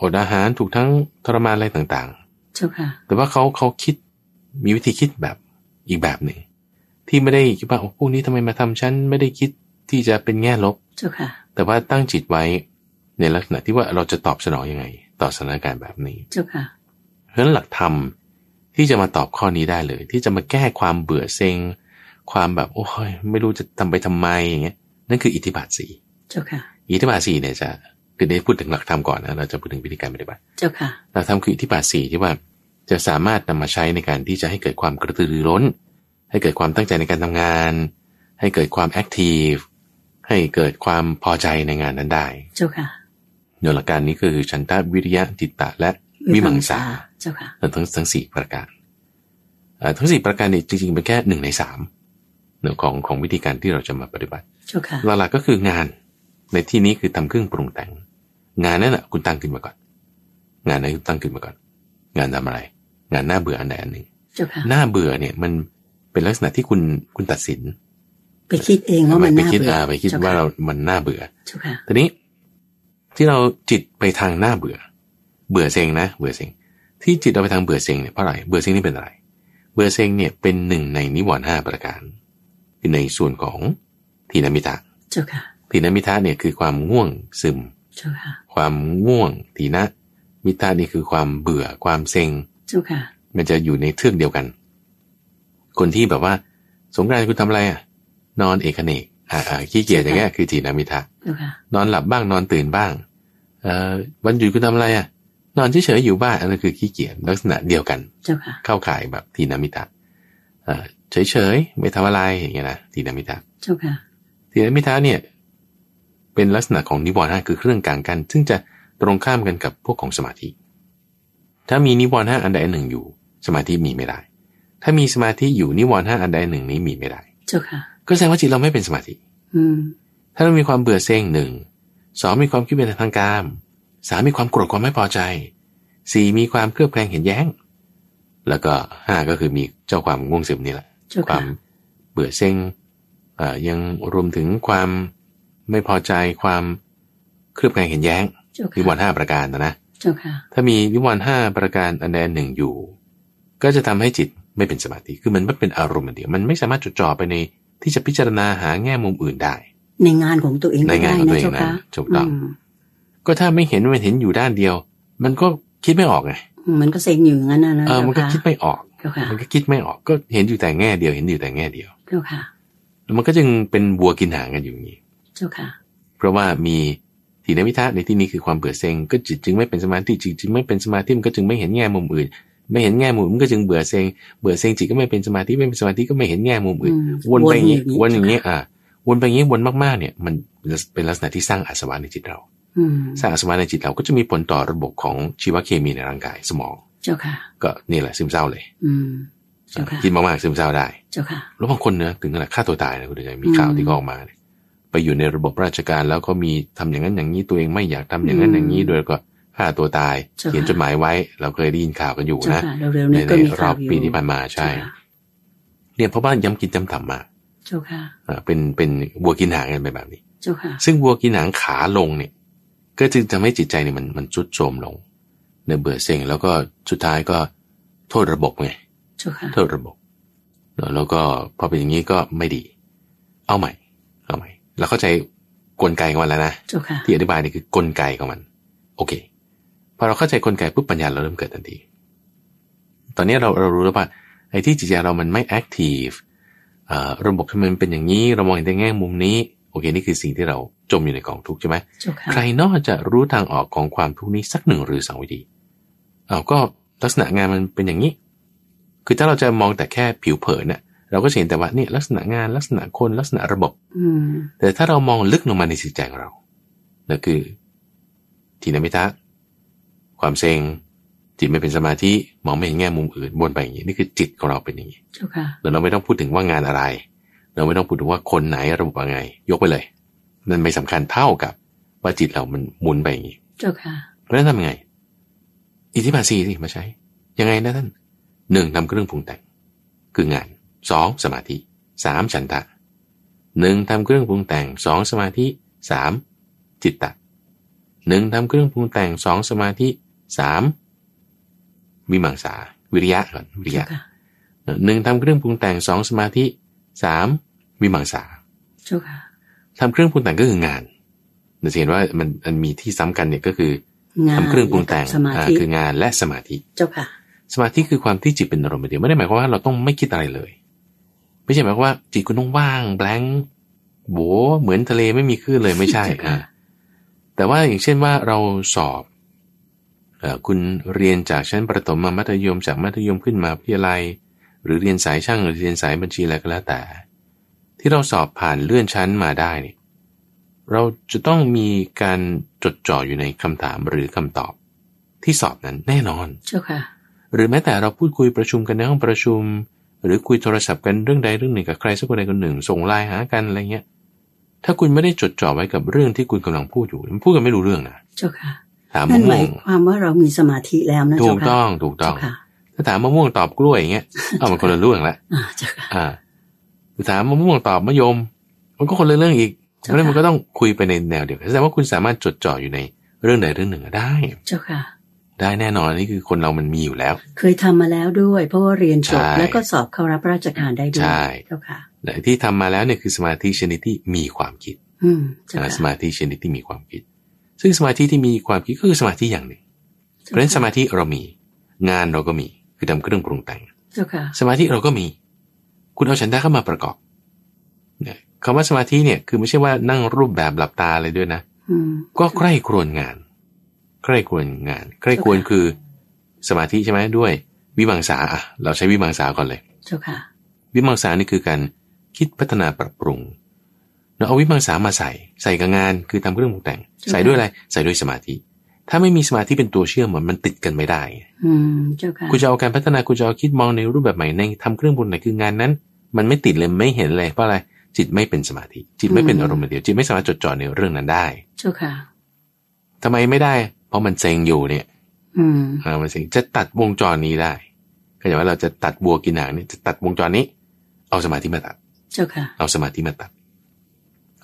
Speaker 2: อดอาหารถูกทั้งทรมานอะไรต่าง
Speaker 1: เจ้าค่ะ
Speaker 2: ๆ แต่ว่าเขาเขาคิดมีวิธีคิดแบบอีกแบบหนึ่ง ที่ไม่ได้คิดว่าโอ้พวกนี้ทำไมมาทำฉันไม่ได้คิด ที่จะเป็นแง่ลบ
Speaker 1: เจ้าค่ะ
Speaker 2: แต่ว่าตั้งจิตไว้ในลักษณะที่ว่าเราจะตอบสนองยังไง ต่อสถานการณ์แบบนี้
Speaker 1: เจ้าค่ะ
Speaker 2: เพราะฉะนั้นหลักธรรมที่จะมาตอบข้อนี้ได้เลย ที่จะมาแก้ความเบื่อเซ็ง ความแบบโอ้ยไม่รู้จะทำไปทำไมอย่างเงี้ยนั่นคืออิทธิบาทสี่
Speaker 1: เจ้าค่ะ
Speaker 2: อิทธิบาทสี่เนี่ยจะคือได้พูดถึงหลักธรรมก่อนนะเราจะพูดถึงวิธีการปฏิบัติ
Speaker 1: เจ้าค่ะ
Speaker 2: หลักธรรมคืออิทธิบาทสี่ที่ว่าจะสามารถนำมาใช้ในการที่จะให้เกิดความกระตือรือร้น ให้เกิดความตั้งใจในการทำงาน ให้เกิดความแอคทีฟให้เกิดความพอใจในงานนั้นได้
Speaker 1: เจ้าค่ะ
Speaker 2: โดยหลักการนี้คือฉันทะวิริยะจิตตะและวิมังสา
Speaker 1: เจ้าค่ะ
Speaker 2: ทั้งทั้งสี่ประการเอ่อทั้งสี่ประการเนี่ยจริงๆเป็นแค่หนึ่งในสามเรื่องของของวิธีการที่เราจะมาปฏิบัติ
Speaker 1: เจ้าค่ะ
Speaker 2: หลักๆก็คืองานในที่นี้คือทำเครื่องปรุงแต่ง งานนั่นแหละคุณตั้งขึ้นมาก่อน งานไหนคุณตั้งขึ้นมาก่อน งานทำอะไร งานน่าเบื่ออันไหนอันหนึ่ง
Speaker 1: เจ้าค่ะ
Speaker 2: น่าเบื่อเนี่ยมันเป็นลักษณะที่คุณคุณตัดสิน
Speaker 1: ไปคิดเองว่ามัน
Speaker 2: ไป
Speaker 1: น่า
Speaker 2: คิด
Speaker 1: เบื่อ
Speaker 2: อ่าไปคิด
Speaker 1: จ้ค่ะ
Speaker 2: ว่าเรามันน่าเบื่อ
Speaker 1: เจ้าค่ะ
Speaker 2: ทีนี้ที่เราจิตไปทางหน้าเบื่อ เบื่อเซ็งนะ เบื่อเซ็งที่จิตเราไปทางเบื่อเซ็งเนี่ยเพราะอะไรเบื่อเซ็งนี่เป็นอะไร เบื่อเซ็งเนี่ยเป็นหนึ่งในนิวรณ์ห้าประการคือในส่วนของทีนามิตะ
Speaker 1: เจ้าค่ะ
Speaker 2: ทีนามิตะเนี่ยคือความง่วงซึม
Speaker 1: เจ้าค่ะ
Speaker 2: ความง่วงทีนะมิตะนี่คือความเบื่อความเซ็ง
Speaker 1: เจ้าค่ะ
Speaker 2: มันจะอยู่ในเทือกเดียวกัน คนที่แบบว่า สงกรานต์คุณทำอะไรอ่ะ นอนเอกเนกอ่าอ่าขี้เกียจอย่างเงี้ ยคือทีนามิตะ
Speaker 1: เจ้าค่ะ
Speaker 2: นอนหลับบ้างนอนตื่นบ้าง เอ่อวันหยุดคุณทำอะไรอ่ะ นอนเฉยๆอยู่บ้านอันนั้นคือขี้เกียจลักษณะเดียวกัน
Speaker 1: เจ้าค่ะ
Speaker 2: เข้าข่ายแบบทีนามิตะเอ่อเฉยๆไม่ทำอะไรอย่างเงี้ยนะทีนามิตะ
Speaker 1: เจ้าค่ะ
Speaker 2: ทีนามิตะเนี่ยเป็นลักษณะของนิวรณ์ห้าคือเครื่องกลางกัน ซึ่งจะตรงข้ามกันกับพวกของสมาธิ ถ้ามีนิวรณ์ห้าอันใดอันหนึ่งอยู่ สมาธิมีไม่ได้ ถ้ามีสมาธิอยู่นิวรณ์ห้าอันใดอันหนึ่งนี้มีไม่ได้
Speaker 1: เจ้าค่ะ
Speaker 2: ก็แสดงว่าจิตเราไม่เป็นสมาธิ
Speaker 1: อืม
Speaker 2: ถ้าเรามีความเบื่อเซ็งหนึ่งสองมีความคิดเป็นทางการสามมีความโกรธความไม่พอใจสี่มีความเครือบแคลงเห็นแย้ง แล้วก็ห้าก็คือมีเจ้าความง่วงซึมนี่แหละ
Speaker 1: เจ้า
Speaker 2: ควา
Speaker 1: ค่ะ
Speaker 2: มเบื่อเซ็งเอ่อยังรวมถึงความไม่พอใจความเครือบแคลงเห็นแย้ง
Speaker 1: เจ้า
Speaker 2: นิ
Speaker 1: ค่ะ
Speaker 2: วรณ์ห้าประการนะนะ
Speaker 1: เจ้าค่ะ
Speaker 2: ถ้ามีนิวรณ์ห้าประการอันใดอันหนึ่งอยู่ ก็จะทำให้จิตไม่เป็นสมาธิคือมันไม่เป็นอารมณ์อันเดียวมันไม่สามารถจดจ่อไปในที่จะพิจารณาหาแง่มุมอื่นได้
Speaker 1: ในงานของตัวเอง
Speaker 2: ใน
Speaker 1: ก็
Speaker 2: งาน
Speaker 1: ได้
Speaker 2: ของ
Speaker 1: นะเจ้า
Speaker 2: ตัวเองนะ
Speaker 1: ค่ะ
Speaker 2: ถูกต้อง
Speaker 1: อืม
Speaker 2: ก็ถ้าไม่เห็นมันเห็นอยู่ด้านเดียว มันก็คิดไม่ออกไง
Speaker 1: มันก็เซ็งอยู่อย่างนั้นนะนะ
Speaker 2: เออมันก็คิดไม่ออก
Speaker 1: เจ้าค่ะ
Speaker 2: มันก็คิดไม่ออกก็เห็นอยู่แต่แง่เดียวเห็นอยู่แต่แง่เดียว
Speaker 1: เจ้าค่ะ
Speaker 2: แล้วมันก็จึงเป็นวัวกินหางกันอยู่อย่างนี้
Speaker 1: เจ้าค่ะ
Speaker 2: เพราะว่ามีทีนวิทะในที่นี้คือความเบื่อเซ็งก็จิตจึงไม่เป็นสมาธิจิตจึงไม่เป็นสมาธิมันก็จึงไม่เห็นแง่มุมอื่น ไม่เห็นแง่มุมมันก็จึงเบื่อเซ็งเบื่อเซ็งจิตก็ไม่เป็นสมาธิไม่เป็นสมาธิก็ไม่เห็นแง่มุมอื่น
Speaker 1: อืม
Speaker 2: วนไปอย่างนี้
Speaker 1: ว
Speaker 2: วน นอ
Speaker 1: อา
Speaker 2: ย่ย่าง ง
Speaker 1: นี้
Speaker 2: นี้อ่าวนไปอย่างนี้วนมากๆเนี่ย มันเป็นลักษณะที่สร้างอาสวะในจิตเรา
Speaker 1: อืม
Speaker 2: สร้างอาสวะในจิตเราก็จะมีผลต่อระบบของชีวเคมีในร่างกายสมอง
Speaker 1: เจ้าค่ะ
Speaker 2: ก็นี่แหละซึมเศร้าเลย
Speaker 1: อืม เจ้าค่ะ
Speaker 2: กินมากๆซึมเศร้าได้
Speaker 1: เจ้าค่ะ
Speaker 2: แล้วบางคนเนื้อถึงขนาดฆ่าตัวตายนะคุณเดชมี
Speaker 1: อืม
Speaker 2: ข่าวที่เขาออกมาเนี่ยไปอยู่ในระบบราชการแล้วก็มีทำอย่างนั้นอย่างนี้ตัวเองไม่อยากทำอย่างนั้น
Speaker 1: อืม
Speaker 2: อย่างนี้โดยก็ฆ่าตัวตาย
Speaker 1: เจ้าค่ะ
Speaker 2: เขียนจดหมายไว้เราเคยได้ยินข่าวกันอยู่
Speaker 1: เจ้า
Speaker 2: นะ
Speaker 1: ค่ะเร็วๆ
Speaker 2: ใน
Speaker 1: นี้ก็
Speaker 2: ใน
Speaker 1: มี
Speaker 2: ร
Speaker 1: ข่าว
Speaker 2: อบ
Speaker 1: อยู่
Speaker 2: ปีที่ผ่านมาใช่
Speaker 1: เจ้าค่ะ
Speaker 2: เนี่ยเพราะว่าย้ำกินย้ำทำมา
Speaker 1: เจ้าค่ะ
Speaker 2: อ่าเป็นเป็นวัวกินหางกันไปแบบนี้
Speaker 1: เจ้าค่ะ
Speaker 2: ซึ่งวัวกินหางขาลงเนี่ย ก็จึงทำให้จิตใจเนี่ยมันมันจุดโทรมลงในเบื่อเซ็งแล้วก็สุดท้ายก็โทษระบบไง
Speaker 1: เจ้าค่ะ
Speaker 2: โทษระบบเนอะแล้วก็พอเป็นอย่างนี้ก็ไม่ดี เอาใหม่ เอาใหม่ แล้วเข้าใจกลไกของมันแล้วนะ
Speaker 1: เจ้าค่ะ
Speaker 2: ที่อธิบายนี่คือกลไกของมัน โอเค พอเราเข้าใจกลไกปุ๊บปัญญาเราเริ่มเกิดทันที ตอนนี้เราเรารู้แล้วว่าไอ้ที่จิตใจเรามันไม่แอคทีฟเอ่อระบบทำไมมันเป็นอย่างนี้ เรามองเห็นแต่แง่มุมนี้ โอเค นี่คือสิ่งที่เราจมอยู่ในกองทุกข์ใช่ไหม
Speaker 1: เจ้าค่ะ
Speaker 2: ใครนอกจะรู้ทางออกของความทุกข์นี้สักหนึ่งหรือสองวิธีเอาก็ลักษณะงานมันเป็นอย่างนี้ คือถ้าเราจะมองแต่แค่ผิวเผินน่ะเราก็จะเห็นแต่ว่าเนี่ยลักษณะงานลักษณะคนลักษณะระบบ
Speaker 1: อืม
Speaker 2: แต่ถ้าเรามองลึกลงมาในจิตใจของเรานั่นคือทีนมิทะความเซงจิตไม่เป็นสมาธิมองไม่เห็นแง่มุมอื่นวนไปอย่างนี้นี่คือจิตของเราเป็นอย่างนี้
Speaker 1: เจ้าค่ะ
Speaker 2: แล้วเราไม่ต้องพูดถึงว่างานอะไร เราไม่ต้องพูดถึงว่าคนไหนระบบยังไง ยกไปเลยนั่นไม่สำคัญเท่ากับว่าจิตเรามันหมุนไปอย่างนี้
Speaker 1: เจ้าค่ะ
Speaker 2: แล้วท่านทำยังไง อิทธิบาทสี่สิมาใช้ ยังไงนะท่านหนึ่งทำเครื่องปรุงแต่ง คืองานสองสมาธิสามฉันทะหนึ่งทำเครื่องปรุงแต่งสองสมาธิสามจิตตะหนึ่งทำเครื่องปรุงแต่งสองสมาธิสามวิมังสาวิริยะก่อนวิ
Speaker 1: เจ้าย
Speaker 2: ริะ
Speaker 1: ค่ะ
Speaker 2: หนึ่งทำเครื่องปรุงแต่งสองสมาธิสามวิมังสา
Speaker 1: เจ้าค่ะ
Speaker 2: ทำเครื่องปรุงแต่งก็คืองานเราจะเห็นว่ามันมันมีที่ซ้ำกันเนี่ยก็คือง
Speaker 1: าน
Speaker 2: ทำเครื่องปรุงแต่ง
Speaker 1: และสมา
Speaker 2: อ่า
Speaker 1: ธิ
Speaker 2: คืองานและสมาธิ
Speaker 1: เจ้าค่ะ
Speaker 2: สมาธิคือความที่จิตเป็นอารมณ์เดียวไม่ได้หมายความว่าเราต้องไม่คิดอะไรเลย ไม่ใช่หมายความว่าจิตคุณต้องว่างแบงโบเหมือนทะเลไม่มีคลื่นเลยไม่ใช่
Speaker 1: ใช่ค่ะ
Speaker 2: อ่ะแต่ว่าอย่างเช่นว่าเราสอบเออคุณเรียนจากชั้นประถมมามัธยมจากมัธยมขึ้นมาวิทยาลัย หรือเรียนสายช่างหรือเรียนสายบัญชีอะไรก็แล้วแต่ ที่เราสอบผ่านเลื่อนชั้นมาได้เนี่ยเราจะต้องมีการจดจ่ออยู่ในคำถามหรือคำตอบที่สอบนั้นแน่นอน
Speaker 1: เจ้าค่ะ
Speaker 2: หรือแม้แต่เราพูดคุยประชุมกันในห้องประชุม หรือคุยโทรศัพท์กันเรื่องใดเรื่องหนึ่งกับใครสักคนใดคนหนึ่ง ส่งไลน์หากันอะไรเงี้ย ถ้าคุณไม่ได้จดจ่อไว้กับเรื่องที่คุณกำลังพูดอยู่มันพูดกันไม่รู้เรื่องนะ
Speaker 1: เจ้าค่ะ
Speaker 2: ถาม
Speaker 1: นั่น
Speaker 2: มะ
Speaker 1: ห
Speaker 2: ม่ว
Speaker 1: มาย
Speaker 2: ง
Speaker 1: ความว่าเรามีสมาธิแล้วนะ
Speaker 2: ถู
Speaker 1: เจ้ากค่ะ
Speaker 2: ต้องถูกต้อง
Speaker 1: เจ้าค่ะ
Speaker 2: ถ้าถามมะม่วงตอบกล้วยอย่างเงี้ยเอามันคนละเรื่องละ
Speaker 1: อ่าเจ้าค่ะ
Speaker 2: อ่าถ้าถามมะม่วงตอบมะยม มันก็คนละเรื่องอีกเพ
Speaker 1: เจ้า
Speaker 2: ราะฉะนั้น
Speaker 1: ค่ะ
Speaker 2: มันก็ต้องคุยไปในแนวเดียวกันแสดงว่าคุณสามารถจดจ่ออยู่ในเรื่องใดเรื่องหนึ่งอะได้
Speaker 1: เจ้าค่ะ
Speaker 2: ได้แน่นอนนี่คือคนเรามันมีอยู่แล้ว
Speaker 1: เคยทำมาแล้วด้วย เพราะว่าเรียนจบ
Speaker 2: ใช่
Speaker 1: แล้วก็สอบเข้ารับราชการได้ด้วย
Speaker 2: ใช่
Speaker 1: เจ้าค่ะ
Speaker 2: แต่ที่ทำมาแล้วเนี่ยคือสมาธิชนิดที่มีความคิด
Speaker 1: อืมเจ้า
Speaker 2: นะ
Speaker 1: ค่ะ
Speaker 2: สมาธิชนิดที่มีความคิด ซึ่งสมาธิที่มีความคิดก็คือสมาธิอย่างหนึ่ง เพราะฉะนั้นสมาธิเรามี งานเราก็มี คือทำเครื่องปรุงแต่ง
Speaker 1: เจ้าค่ะ
Speaker 2: สมาธิเราก็มี คุณเอาฉันได้เข้ามาประกอบเนี่ยคำว่าสมาธิเนี่ยคือไม่ใช่ว่านั่งรูปแบบหลับตาอะไรด้วยนะ
Speaker 1: อืม
Speaker 2: ก็ใคร่ครวญงานใคร่ครวญงานใคร่ครวญ
Speaker 1: เจ้าค่ะ
Speaker 2: คือสมาธิใช่ไหมด้วย วิมังสาอ่ะเราใช้วิมังสาก่อนเลย
Speaker 1: เจ้าค่ะ
Speaker 2: วิมังสานี่คือการคิดพัฒนาปรับปรุงเราเอาวิมังสามาใส่ ใส่กับงานคือทำเครื่องปรุงแต่ง
Speaker 1: เจ้าค่ะ
Speaker 2: ใส่ด้วยอะไร ใส่ด้วยสมาธิ ถ้าไม่มีสมาธิเป็นตัวเชื่อมอะมันติดกันไม่ได้
Speaker 1: อืมเจ้าค่ะ
Speaker 2: คุณจะเอา การพัฒนาคุณจะเอาคิดมองในรูปแบบใหม่ในทำเครื่องปรุงแต่งคืองานนั้น มันไม่ติดเลยไม่เห็นเลยเพราะอะไรจิตไม่เป็นสมาธิ จิตไม่เป็นอารมณ์เดียวจิตไม่สามารถจดจ่อในเรื่องนั้นได้
Speaker 1: เจ้าค่ะ
Speaker 2: ทำไมไม่ได้ เพราะมันเซ็งอยู่เนี่ย
Speaker 1: อืม
Speaker 2: อ่ามันเซ็งจะตัดวงจรนี้ได้ก็อย่างว่าเราจะตัดบัวกินหางเนี่ยจะตัดวงจรนี้ เอาสมาธิมาตัด
Speaker 1: เจ้าค่ะ
Speaker 2: เอาสมาธิมาตัด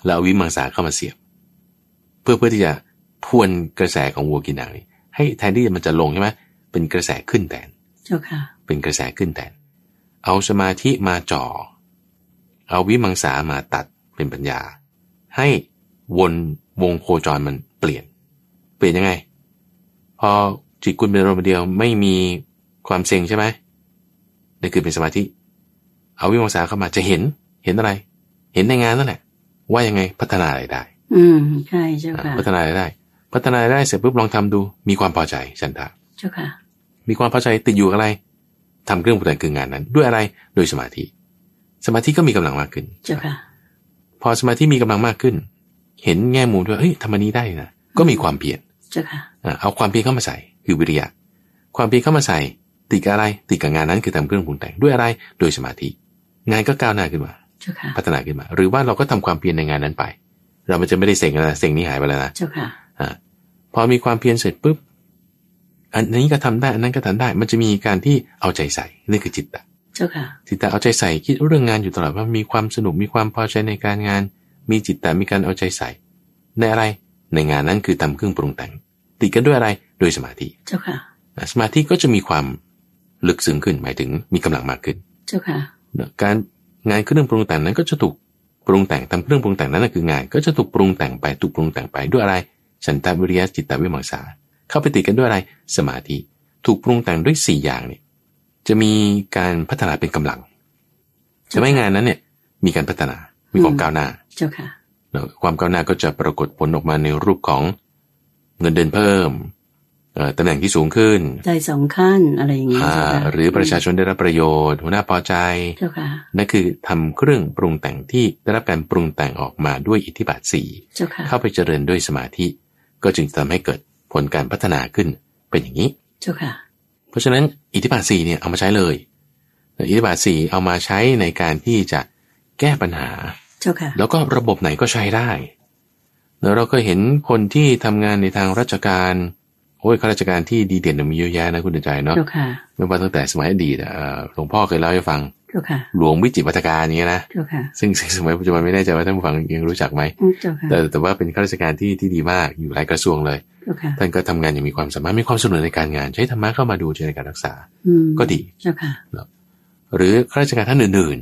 Speaker 2: แล้วเอาวิมังสาเข้ามาเสียบ เพื่อเพื่อที่จะทวนกระแสของวัวกินหางนี้ให้แทนที่มันจะลงใช่ไหมเป็นกระแสขึ้นแทน
Speaker 1: เจ้าค่ะ
Speaker 2: เป็นกระแสขึ้นแทน เอาสมาธิมาจ่อ เอาวิมังสามาตัดเป็นปัญญา ให้วนวงโคจรมันเปลี่ยน เปลี่ยนยังไง พอจิตคุณเป็นอารมณ์เดียวไม่มีความเซ็งใช่ไหมนี่คือเป็นสมาธิ เอาวิมังสาเข้ามาจะเห็น เห็นอะไร เห็นในงานนั่นแหละ ว่ายังไงพัฒนาอะไรได้
Speaker 1: อืมใช่เจ้าค่ะ
Speaker 2: พัฒนาอะไรได้ พัฒนาอะไรได้เสร็จปุ๊บลองทำดู มีความพอใจฉันทะ
Speaker 1: เจ้าค่ะ
Speaker 2: มีความพอใจติดอยู่กับอะไรทำเครื่องปรุงแต่งคืองานนั้น ด้วยอะไรโดยสมาธิ สมาธิก็มีกำลังมากขึ้น
Speaker 1: เจ้าค่ะ
Speaker 2: พอสมาธิมีกำลังมากขึ้น เห็นแง่มุมด้วยเฮ้ยทำอันนี้ได้นะก็มีความเพียร
Speaker 1: เจ้าค่ะ
Speaker 2: อ่ะเอาความเพียรเข้ามาใส่คือวิริยะ ความเพียรเข้ามาใส่ติดกับอะไรติดกับงานนั้นคือทำเครื่องปรุงแต่งด้วยอะไรโดยสมาธิ งานก็ก้าวหน้าขึ้นมา
Speaker 1: เจ้าค่ะ
Speaker 2: พัฒนาขึ้นมา หรือว่าเราก็ทำความเพียรในงานนั้นไป เรามันจะไม่ได้เสงแล้วนะเสงนี้หายไปแล้วนะ
Speaker 1: เจ้าค่ะ
Speaker 2: อะพอมีความเพียรเสร็จปุ๊บ อันนี้ก็ทำได้ อันนั้นก็ทำได้ มันจะมีการที่เอาใจใส่ นี่คือจิตตะ
Speaker 1: เจ้าค่ะ
Speaker 2: จิตตะเอาใจใส่คิดเรื่องงานอยู่ตลอดว่ามีความสนุกมีความพอใจในการงาน มีจิตตะมีการเอาใจใส่ ในอะไร ในงานนั้นคือทำเครื่องปรุงแต่ง ติดกันด้วยอะไร โดยสมาธิ
Speaker 1: เจ้าค่ะ
Speaker 2: อ่ะสมาธิก็จะมีความลึกซึ้งขึ้น หมายถึงมีกำลังมากขึ้น
Speaker 1: เจ้าค่ะ
Speaker 2: การงานเครื่องปรุงแต่งนั้นก็จะถูกปรุงแต่งทำเครื่องปรุงแต่งนั้นนะคืองาน ก็จะถูกปรุงแต่งไปถูกปรุงแต่งไปด้วยอะไรฉันตาวิริยะจิตตวิมังสาเข้าไปติดกันด้วยอะไรสมาธิ ถูกปรุงแต่งด้วยสี่อย่างเนี่ยจะมีการพัฒนาเป็นกำลังจะไม่งานนั้นเนี่ยมีการพัฒนามีความ
Speaker 1: อืม
Speaker 2: ก้าวหน้า
Speaker 1: เจ้าค่ะ
Speaker 2: แล้วความก้าวหน้าก็จะปรากฏผลออกมาในรูปของเงินเดือนเพิ่มเอ่อตำแหน่งที่สูงขึ้น
Speaker 1: ได้สองขั้นอะไรอย่างนี้
Speaker 2: อ่า
Speaker 1: เจ้าค่ะ
Speaker 2: หรือประชาชนได้รับประโยชน์หัวหน้าพอใจ
Speaker 1: เจ้าค่ะ
Speaker 2: นั่นคือทำเครื่องปรุงแต่งที่ได้รับการปรุงแต่งออกมาด้วยอิทธิบาทสี่
Speaker 1: เจ้าค่ะ
Speaker 2: เข้าไปเจริญด้วยสมาธิ ก็จึงทำให้เกิดผลการพัฒนาขึ้นเป็นอย่างนี้
Speaker 1: เจ้าค่ะ
Speaker 2: เพราะฉะนั้นอิทธิบาทสี่เนี่ยเอามาใช้เลยแต่อิทธิบาทสี่เอามาใช้ในการที่จะแก้ปัญหา
Speaker 1: เจ้าค่ะ
Speaker 2: แล้วก็ระบบไหนก็ใช้ได้แล้วเราก็เห็นคนที่ทำงานในทางราชการโอ้ยข้าราชการที่ดีเด่นมีเยอะแยะนะคุณเดือนใจเนาะ
Speaker 1: เจ้าค่ะ
Speaker 2: ไม่ว่าตั้งแต่สมัยอดีตอ่ะเอ่อหลวงพ่อเคยเล่าให้ฟัง
Speaker 1: เจ้าค่ะ
Speaker 2: หลวงวิจิตรวัฒการอย่างเงี้ยนะ
Speaker 1: เจ้าค่ะ
Speaker 2: ซึ่ง ซึ่งสมัยปัจจุบันไม่แน่ใจว่าท่านผู้ฟังยังรู้จักไหม
Speaker 1: อืมเจ้าค่ะ
Speaker 2: แต่แต่ว่าเป็นข้าราชการที่ที่ดีมากอยู่หลายกระทรวงเลย
Speaker 1: เจ้าค่ะ
Speaker 2: ท่านก็ทำงานอย่างมีความสามารถมีความสนุกในการงาน ใช้ธรรมะเข้ามาดูในการรักษา
Speaker 1: อืม
Speaker 2: ก็ดี
Speaker 1: เจ้าค่ะ
Speaker 2: หรือข้าราชการท่านอื่น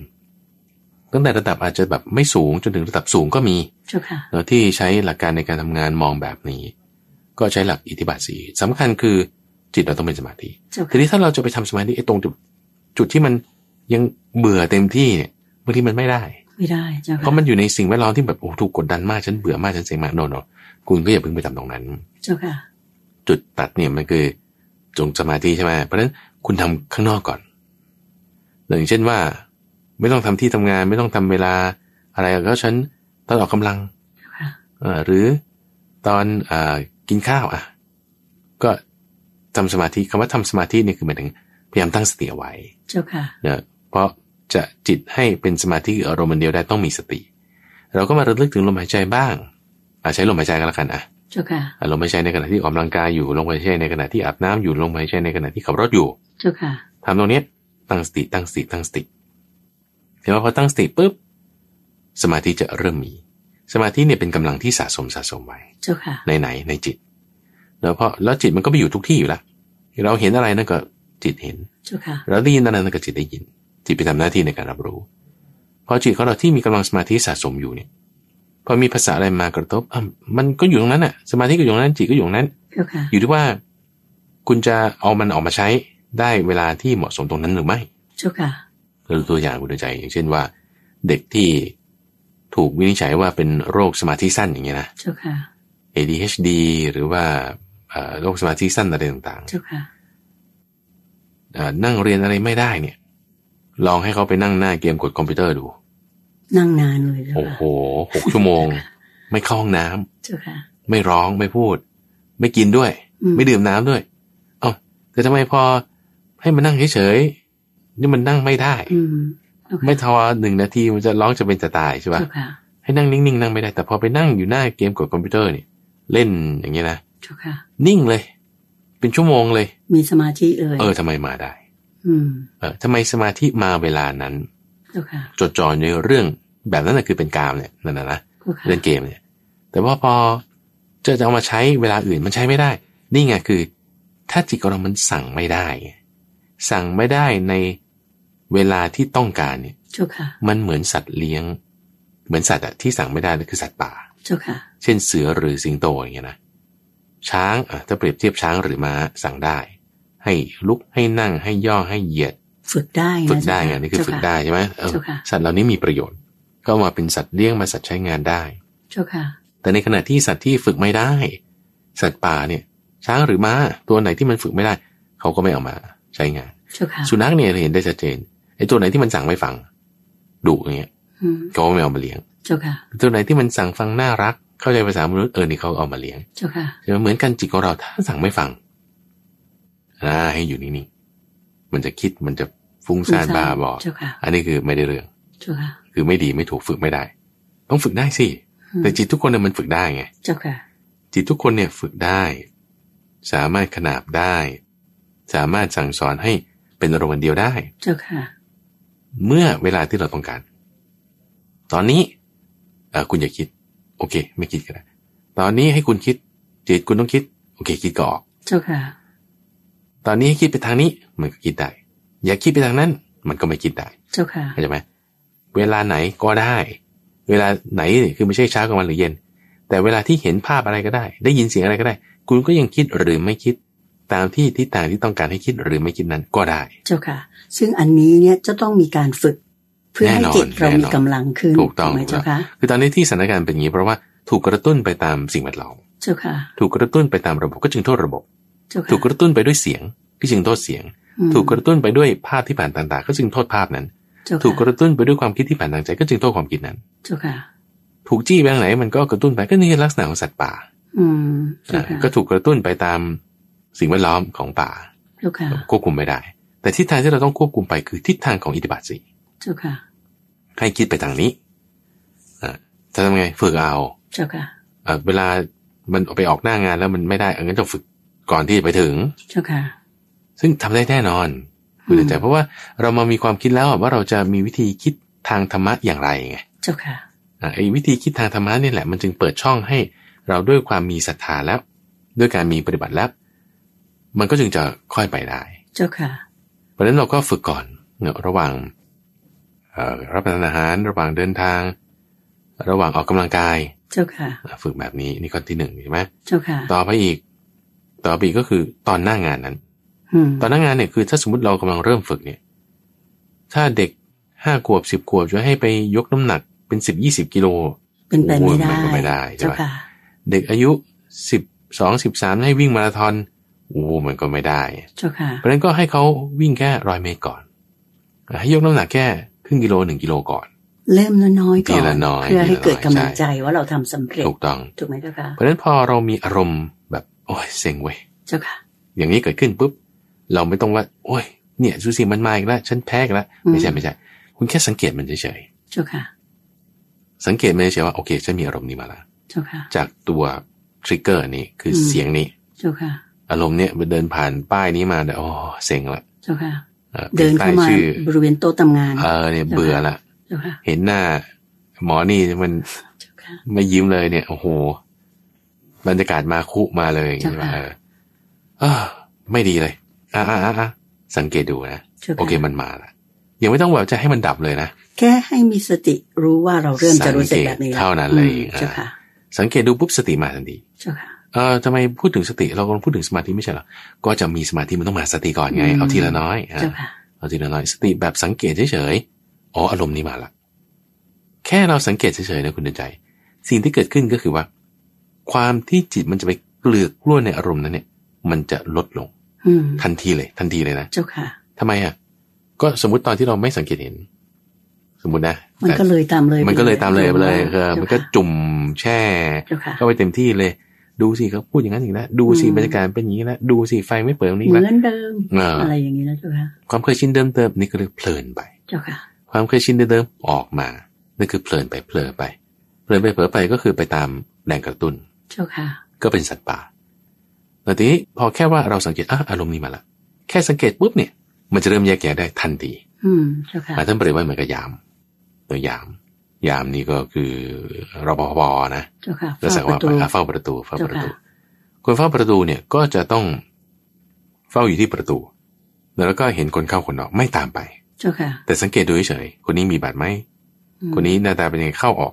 Speaker 2: ๆ ตั้งแต่ระดับอาจจะแบบไม่สูงจนถึงระดับสูงก็มี
Speaker 1: เจ้าค่ะ
Speaker 2: เนอะที่ใช้หลักการในการทำงานมองแบบนี้ ก็ใช้หลักอิทธิบาทสีสำคัญคือจิตเราต้องเป็นสมาธิ
Speaker 1: เจ้า
Speaker 2: ที
Speaker 1: ค่ะ
Speaker 2: นี้ถ้าเราจะไปทำสมาธิไอ้ตรงจุดจุดที่มันยังเบื่อเต็มที่เนี่ยบางทีมันไม่ได้
Speaker 1: ไม่ได้เจ้า
Speaker 2: เพ
Speaker 1: ค่ะ
Speaker 2: ราะมันอยู่ในสิ่งแวดล้อมที่แบบโอ้ถูกกดดันมากฉันเบื่อมากฉันเซ็งมากโนโนคุณก็อย่าเพิ่งไปทำตรงนั้น
Speaker 1: เจ้าค่ะ
Speaker 2: จุดตัดเนี่ยมันคือจงสมาธิใช่ไหมเพราะฉะนั้นคุณทำข้างนอกก่อนอย่างเช่นว่า ไม่ต้องทำที่ทำงาน ไม่ต้องทำเวลาอะไรก็ฉันตอนออกกำลัง
Speaker 1: ค่ะ
Speaker 2: เอ่อหรือตอนเออกินข้าวอ่ะ ก็ทำสมาธิคำว่าทำสมาธิเนี่ยคือหมายถึงพยายามตั้งสติเอาไว้
Speaker 1: เจ้าค่ะ
Speaker 2: นะเพราะจะจิตให้เป็นสมาธิอารมณ์อันเดียวได้ต้องมีสติ เราก็มาระลึกถึงลมหายใจบ้างอาใช้ลมหายใจกันแล้วกันอ่ะ
Speaker 1: เจ้าค่ะ
Speaker 2: อ่ะลมหายใจในขณะที่ออกกำลังกายอยู่ลมหายใจในขณะที่อาบน้ำอยู่ลมหายใจในขณะที่ขับรถอยู่
Speaker 1: เจ้าค่ะ
Speaker 2: ทำตรงเนี้ยตั้งสติตั้งสติตั้งสติเห็นว่าพอตั้งสติปุ๊บสมาธิจะเริ่มมี สมาธิเนี่ยเป็นกำลังที่สะสมสะสมไว้
Speaker 1: เจ้าค่ะ
Speaker 2: ในไหนในจิต แล้วพอแล้วจิตมันก็ไปอยู่ทุกที่อยู่แล้วเราเห็นอะไรนั่นก็จิตเห็น
Speaker 1: เจ้าค่ะ
Speaker 2: เราได้ยินอะไรนั่นก็จิตได้ยิน จิตไปทำหน้าที่ในการรับรู้ พอจิตของเราที่มีกำลังสมาธิสะสมอยู่เนี่ยพอมีภาษาอะไรมากระทบอ่ะมันก็อยู่ตรงนั้นน่ะ สมาธิก็อยู่ตรงนั้นจิตก็อยู่ตรงนั้น
Speaker 1: เจ้าค่ะ
Speaker 2: อยู่ที่ว่า คุณจะเอามันออกมาใช้ได้เวลาที่เหมาะสมตรงนั้นหรือไม่
Speaker 1: เจ้าค่ะ
Speaker 2: เราดูตัวอย่างคุณดวงใจ อย่างเช่นว่า เด็กที่ถูกวินิจฉัยว่าเป็นโรคสมาธิสั้นอย่างเงี้ยนะ
Speaker 1: เจ้าค่ะ
Speaker 2: ADHD หรือว่าเอ่อโรคสมาธิสั้นอะไรต่างๆ
Speaker 1: เจ้าค่ะ
Speaker 2: เอ่อนั่งเรียนอะไรไม่ได้เนี่ย ลองให้เขาไปนั่งหน้าเกมกดคอมพิวเตอร์ดู
Speaker 1: นั่งนานเลยเจ้า
Speaker 2: โอ้
Speaker 1: ค่ะ
Speaker 2: โหหกชั่วโมง ไม่เข้าห้องน้ำ
Speaker 1: เจ้าค่ะ
Speaker 2: ไม่ร้องไม่พูด ไม่กินด้วย
Speaker 1: อืม
Speaker 2: ไม่ดื่มน้ำด้วย เอ้าแต่ทำไมพอให้มันนั่งเฉยๆนี่มันนั่งไม่ได้
Speaker 1: อืมเจ้าค่ะ
Speaker 2: ไม่ทอหนึ่งนาทีมันจะร้องจะเป็นจะตายใช่ปะ
Speaker 1: เจ้าค่ะ
Speaker 2: ให้นั่งนิ่งๆนั่งไม่ได้แต่พอไปนั่งอยู่หน้าเกมกดคอมพิวเตอร์เนี่ย เล่นอย่างเงี้ยนะ
Speaker 1: เจ้าค่ะ
Speaker 2: นิ่งเลย เป็นชั่วโมงเลย
Speaker 1: มีสมาธิเลย
Speaker 2: เออทำไมมาได้
Speaker 1: อืม
Speaker 2: เออทำไมสมาธิมาเวลานั้น
Speaker 1: เจ้าค่ะ
Speaker 2: จดจ่อในเรื่องแบบนั้นนะคือเป็นกามเนี่ยนั่นนะนะ
Speaker 1: เจ้าค่ะ
Speaker 2: เล่นเกมเนี่ย แต่ว่าพอจะจะเอามาใช้เวลาอื่นมันใช้ไม่ได้ นี่ไงคือ ถ้าจิตของเรามันสั่งไม่ได้ไงสั่งไม่ได้ในเวลาที่ต้องการเนี่ย
Speaker 1: เจ้าค่ะ
Speaker 2: มันเหมือนสัตว์เลี้ยง เหมือนสัตว์อะที่สั่งไม่ได้นั่นคือสัตว์ป่า
Speaker 1: เจ้าค่ะ
Speaker 2: เช่นเสือหรือสิงโตอย่างเงี้ยนะช้างอ่ะถ้าเปรียบเทียบช้างหรือม้าสั่งได้ ให้ลุกให้นั่งให้ย่อให้เหยียด
Speaker 1: ฝึกได้นะ
Speaker 2: ฝึกได้ไง
Speaker 1: เจ้าะ
Speaker 2: นี่คือฝึกได้
Speaker 1: เจ้าะ
Speaker 2: ใช่ไหมเออ
Speaker 1: เจ้าค่ะ
Speaker 2: สัตว์เหล่านี้มีประโยชน์ ก็มาเป็นสัตว์เลี้ยงมาสัตว์ใช้งานได้
Speaker 1: เจ้าค่ะ
Speaker 2: แต่ในขณะที่สัตว์ที่ฝึกไม่ได้ สัตว์ป่าเนี่ย ช้างหรือม้าตัวไหนที่มันฝึกไม่ได้ เขาก็ไม่เอามาใช้งาน
Speaker 1: เจ้าค่ะ
Speaker 2: สุนัขเนี่ยเห็นได้ชัดเจนไอ้ตัวไหนที่มันสั่งไม่ฟังดุอย่างเงี้ย
Speaker 1: อืม
Speaker 2: เขาก็ไม่เอามาเลี้ยง
Speaker 1: เจ้าค่ะ
Speaker 2: ตัวไหนที่มันสั่งฟังน่ารัก เข้าใจภาษามนุษย์เออนี่เขาเอามาเลี้ยง
Speaker 1: เจ้าค่ะ
Speaker 2: ใช่ไหมเหมือนกันจิตของเราถ้าสั่งไม่ฟังนะให้อยู่นิ่งๆมันจะคิดมันจะฟุ้งซ่านบ้าบอ
Speaker 1: เจ้าค่ะ
Speaker 2: อันนี้คือไม่ได้เรื่อง
Speaker 1: เจ้าค่ะ
Speaker 2: คือไม่ดีไม่ถูกฝึกไม่ได้ ต้องฝึกได้สิ
Speaker 1: อืม
Speaker 2: แต่จิตทุกคนเนี่ยมันฝึกได้ไง
Speaker 1: เจ้าค่ะ
Speaker 2: จิตทุกคนเนี่ยฝึกได้ สามารถขนาบได้ สามารถสั่งสอนให้เป็นอารมณ์อันเดียวได้
Speaker 1: เจ้าค่ะ
Speaker 2: เมื่อเวลาที่เราต้องการ ตอนนี้เอ่อคุณอย่าคิด โอเค ไม่คิดก็ได้ตอนนี้ให้คุณคิด จิตคุณต้องคิด โอเค คิดก็ออก
Speaker 1: เจ้าค่ะ
Speaker 2: ตอนนี้ให้คิดไปทางนี้ มันก็คิดได้ อย่าคิดไปทางนั้น มันก็ไม่คิดได้
Speaker 1: เจ้าค่ะ
Speaker 2: เข้าใจไหมเวลาไหนก็ได้ เวลาไหนคือไม่ใช่เช้ากลางวันหรือเย็น แต่เวลาที่เห็นภาพอะไรก็ได้ ได้ยินเสียงอะไรก็ได้ คุณก็ยังคิดหรือไม่คิด ตามที่ทิศทางที่ต้องการให้คิดหรือไม่คิดนั้นก็ได้
Speaker 1: เจ้าค่ะ ซึ่งอันนี้เนี่ยจะต้องมีการฝึก เพื่อให้
Speaker 2: แน่นอน
Speaker 1: จิตเรา
Speaker 2: แน่
Speaker 1: มี
Speaker 2: นอน
Speaker 1: กำลังขึ้น
Speaker 2: ถูกต้อง
Speaker 1: ไหม
Speaker 2: ครับ
Speaker 1: เจ้าค่ะ
Speaker 2: คือตอนนี้ที่สถานการณ์เป็นอย่างนี้เพราะว่าถูกกระตุ้นไปตามสิ่งแวดล้อม
Speaker 1: เจ้าค่ะ
Speaker 2: ถูกกระตุ้นไปตามระบบก็จึงโทษระบบ
Speaker 1: เจ้าค่ะ
Speaker 2: ถูกกระตุ้นไปด้วยเสียงก็จึงโทษเสียง
Speaker 1: อืม
Speaker 2: ถูกกระตุ้นไปด้วยภาพที่ผ่านต่างๆ ก็จึงโทษภาพนั้น
Speaker 1: เจ้า
Speaker 2: ถูกก
Speaker 1: ค่ะ
Speaker 2: ระตุ้นไปด้วยความคิดที่ผ่านทางใจก็จึงโทษความคิดนั้น
Speaker 1: เจ้าค่ะ
Speaker 2: ถูกจี้ไปทางไหนมันก็กระตุ้นไปก็นี่คือลักษณะของสัตว์ป่า
Speaker 1: อืมเจ้าค่ะ
Speaker 2: ก็ถูกกระตุ้นไปตามสิ่งแวดล้อมของป่า
Speaker 1: เจ้าค่ะ
Speaker 2: ควบคุมไม่ได้ แต่ทิศทางที่เราต้องควบคุมไปคือทิศทางของอิทธิบาทสี
Speaker 1: เจ้าค่ะ
Speaker 2: ให้คิดไปทางนี้อ่ะจะทำไงฝึกเอา
Speaker 1: เจ้าค่ะ
Speaker 2: อ่ะเวลามันไปออกหน้างานแล้วมันไม่ได้เอางั้นต้องฝึกก่อนที่จะไปถึง
Speaker 1: เจ้าค่ะ
Speaker 2: ซึ่งทำได้แน่นอนคุณเดินใจ
Speaker 1: อืม
Speaker 2: เพราะว่าเรามามีความคิดแล้วอ่ะว่าเราจะมีวิธีคิดทางธรรมะอย่างไรไง
Speaker 1: เจ้าค่ะ
Speaker 2: อ่ะไอ้วิธีคิดทางธรรมะนี่แหละมันจึงเปิดช่องให้เราด้วยความมีศรัทธาแล้ว ด้วยการมีปฏิบัติแล้ว มันก็จึงจะค่อยไปได้
Speaker 1: เจ้าค่ะ
Speaker 2: เพราะฉะนั้นเราก็ฝึกก่อนเนอะระหว่าง เอ่อรับประทานอาหารระหว่างเดินทาง ระหว่างออกกำลังกาย
Speaker 1: เจ้าค่ะ
Speaker 2: อ่ะฝึกแบบนี้นี่ข้อที่หนึ่งใช่ไหม
Speaker 1: เจ้าค่ะ
Speaker 2: ต่อไปอีก ต่อไปอีกก็คือตอนหน้างานนั้น
Speaker 1: อืม
Speaker 2: ตอนหน้างานเนี่ยคือถ้าสมมติเรากำลังเริ่มฝึกเนี่ย ถ้าเด็กห้าขวบสิบขวบจะให้ไปยกน้ำหนักเป็นสิบยี่สิบกิโล
Speaker 1: เป็นไปไม่ได้
Speaker 2: โอ้ยมันเป็นไปไม่ได้ใช่ไหม
Speaker 1: เจ้าค่ะ
Speaker 2: เด็กอายุสิบสองสิบสามให้วิ่งมาราธอนโอ้มันก็ไม่ได้
Speaker 1: เจ้าค่ะ
Speaker 2: เพราะฉะนั้นก็ให้เขาวิ่งแค่ร้อยเมตรก่อน ให้ยกน้ำหนักแค่ครึ่งกิโลหนึ่งกิโลก่อน
Speaker 1: เริ่มน้อยๆก่อ
Speaker 2: ที
Speaker 1: น
Speaker 2: ละน้อย
Speaker 1: เพื่อให้เกิด
Speaker 2: ที
Speaker 1: กำ
Speaker 2: ละน้อย
Speaker 1: ลัง
Speaker 2: ใช่
Speaker 1: ใจว่าเราทำสำเร็จ
Speaker 2: ถูกต้อง
Speaker 1: ถูกไหมเจ้าค่ะ
Speaker 2: เพราะฉะนั้นพอเรามีอารมณ์แบบโอ้ยเซ็งเว้ย
Speaker 1: เจ้าค่ะ
Speaker 2: อย่างนี้เกิดขึ้นปุ๊บเราไม่ต้องว่า โอ้ยเนี่ยซูซี่มันมาอีกแล้วฉันแพ้อีกแล้วไม่ใช่ไม่ใช่ คุณแค่สังเกตมันเฉย
Speaker 1: เจ้าค่ะ
Speaker 2: ๆสังเกตมันเฉยๆว่าโอเคฉันมีอารมณ์นี้มาแล้ว
Speaker 1: เจ้าค่ะ
Speaker 2: จากตัวทริกเกอร์นี่คืออ
Speaker 1: ม
Speaker 2: เสียงนี้
Speaker 1: เจ้าค่ะ
Speaker 2: อารมณ์เนี่ยเดินผ่านป้ายนี้มาแต่ยโอ้เซ็งละ
Speaker 1: เจ้าค่ะ
Speaker 2: อ่อ
Speaker 1: เดินเข้ามา
Speaker 2: ป้ยชื่อบ
Speaker 1: ริเวณโต๊ะทำงาน
Speaker 2: เออเนี่ยเบื่อละ
Speaker 1: เจ้าค่ะ
Speaker 2: เห็นหน้า หมอนี่มัน
Speaker 1: เจ้าค่ะ
Speaker 2: ไม่ยิ้มเลยเนี่ยโอ้โหบรรยากาศมาคุมาเลยอย่างงี้
Speaker 1: เจ้า
Speaker 2: ใช่ไหม
Speaker 1: ค่ะ
Speaker 2: เออเออไม่ดีเลยอ่ะอ่ะอ่ะอ่ะสังเกตดูนะ
Speaker 1: เจ้าค่ะ
Speaker 2: โอเคมันมาละยังไม่ต้องแบบจะให้มันดับเลยนะ
Speaker 1: แค่ให้มีสติรู้ว่าเราเริ่มจะรู้สึกแบบนี้
Speaker 2: สังเกต
Speaker 1: แล้ว
Speaker 2: เท่านั้นเลย
Speaker 1: อืม
Speaker 2: อ่า
Speaker 1: เจ้าค่ะ
Speaker 2: สังเกตดูปุ๊บสติมาทันที
Speaker 1: เจ้าค่ะ
Speaker 2: เออทำไมพูดถึงสติ เรากำลังพูดถึงสมาธิไม่ใช่เหรอก็จะมีสมาธิมันต้องมาสติก่อนไง
Speaker 1: อืม
Speaker 2: เอาทีละน้อยอ่ะ
Speaker 1: เจ้าค่ะ
Speaker 2: เอาทีละน้อยสติแบบสังเกตเฉยๆ อ๋ออารมณ์นี้มาละ แค่เราสังเกตเฉยๆนะคุณเดินใจ สิ่งที่เกิดขึ้นก็คือว่า ความที่จิตมันจะไปเกลือกกล้วในอารมณ์นั้นเนี่ย มันจะลดลง
Speaker 1: อืม
Speaker 2: ทันทีเลย ทันทีเลยนะ
Speaker 1: เจ้าค่ะ
Speaker 2: ทำไมอ่ะ ก็สมมติตอนที่เราไม่สังเกตเห็น สมมตินะ
Speaker 1: มันก็เลยตามเลย
Speaker 2: แต่มันก็เลยตามเลยไปเลยเออมันก็จุ่มแช่
Speaker 1: เจ้าค่ะ
Speaker 2: เข้าไปเต็มที่เลย ดูสิเขาพูดอย่างนั้นอย่างนี้นะดูสิ
Speaker 1: อืม
Speaker 2: บรรยากาศเป็นอย่างนี้นะดูสิไฟไม่เปิดตรงนี้
Speaker 1: เหมื
Speaker 2: นะ
Speaker 1: อนเดิม
Speaker 2: เออ
Speaker 1: อะไรอย่างนี้นะเจ้าค่ะ
Speaker 2: ความเคยชินเดิมๆนี่ก็เลยเพลินไป
Speaker 1: เจ้าค่ะ
Speaker 2: ความเคยชินเดิมๆออกมา นั่นคือเพลินไปเพลอไป เพลินไปเผลอไปก็คือไปตามแรงกระตุ้น
Speaker 1: เจ้าค่ะ
Speaker 2: ก็เป็นสัตว์ป่าแต่ทีนี้พอแค่ว่าเราสังเกตอ่ะอารมณ์นี้มาละ แค่สังเกตปุ๊บเนี่ย มันจะเริ่มแยกแยะได้ทันที
Speaker 1: อืมเจ้าค่ะ
Speaker 2: อ่ะท่านเปรียบไว้เหมือนกับยาม ตัวยาม ยามนี่ก็คือรปภนะ
Speaker 1: เจ้าค่ะ
Speaker 2: ก็แสดงว่า
Speaker 1: เฝ้าประตู
Speaker 2: อ่ะเฝ้าประตูเฝ้าประตู
Speaker 1: เจ้าค่ะ
Speaker 2: คนเฝ้าประตูเนี่ยก็จะต้องเฝ้าอยู่ที่ประตู แล้วก็เห็นคนเข้าคนออกไม่ตามไป
Speaker 1: เจ้าค่ะ
Speaker 2: แต่สังเกตดูเฉยๆคนนี้มีบัตรไหม
Speaker 1: อืม
Speaker 2: คนนี้หน้าตาเป็นยังไงเข้าออก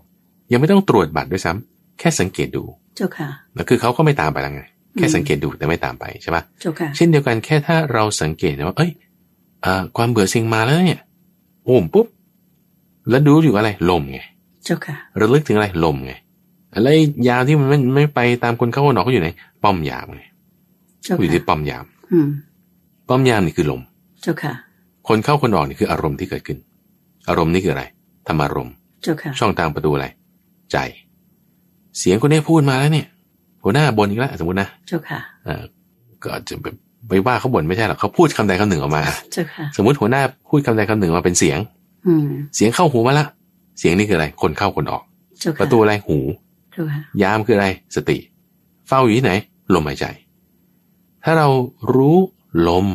Speaker 2: ยังไม่ต้องตรวจบัตรด้วยซ้ำแค่สังเกตดู
Speaker 1: เจ้าค่ะ
Speaker 2: แล้วคือเขาก็ไม่ตามไปแล้วไงแค่สังเกตดูแต่ไม่ตามไปใช่ปะ
Speaker 1: เจ้าค่ะ
Speaker 2: เช่นเดียวกันแค่ถ้าเราสังเกตนะว่าเอ้ยเอ่อความเบื่อเซ็งมาแล้วเนี่ยโอมปุ๊บแล้วดูอยู่อะไรลมไง
Speaker 1: เจ้าค่ะ
Speaker 2: ระลึกถึงอะไรลมไงอะไรยามที่มันไม่ไม่ไปตามคนเข้าคนออกก็อยู่ไหนป้อมยามไง
Speaker 1: เจ้า
Speaker 2: อยู่
Speaker 1: ค่ะ
Speaker 2: ที่ป้อมยาม
Speaker 1: อืม
Speaker 2: ป้อมยามนี่คือลม
Speaker 1: เจ้าค่ะ
Speaker 2: คนเข้าคนออกนี่คืออารมณ์ที่เกิดขึ้น อารมณ์นี่คืออะไรธรรมารมณ์
Speaker 1: เจ้าค่ะ
Speaker 2: ช่องทางประตูอะไร ใจ เสียงคนนี้พูดมาแล้วเนี่ยหัวหน้าบ่นอีกแล้วสมมตินะ
Speaker 1: เจ้าค่ะ
Speaker 2: เอ่อก็อาจจะไปว่าเขาบ่นไม่ใช่หรอกเขาพูดคำใดคำหนึ่งออกมา
Speaker 1: เจ้าค่ะ
Speaker 2: สมมติหัวหน้าพูดคำใดคำหนึ่งมาเป็นเสียง
Speaker 1: อืม
Speaker 2: เสียงเข้าหูมาละเสียงนี่คืออะไร คนเข้าคนออก
Speaker 1: เจ้าค่
Speaker 2: ประตูอะไรหู
Speaker 1: เจ้าค่ะ
Speaker 2: ยามคืออะไร สติ เฝ้าอยู่ที่ไหน ลมหายใจ ถ้าเรารู้ลม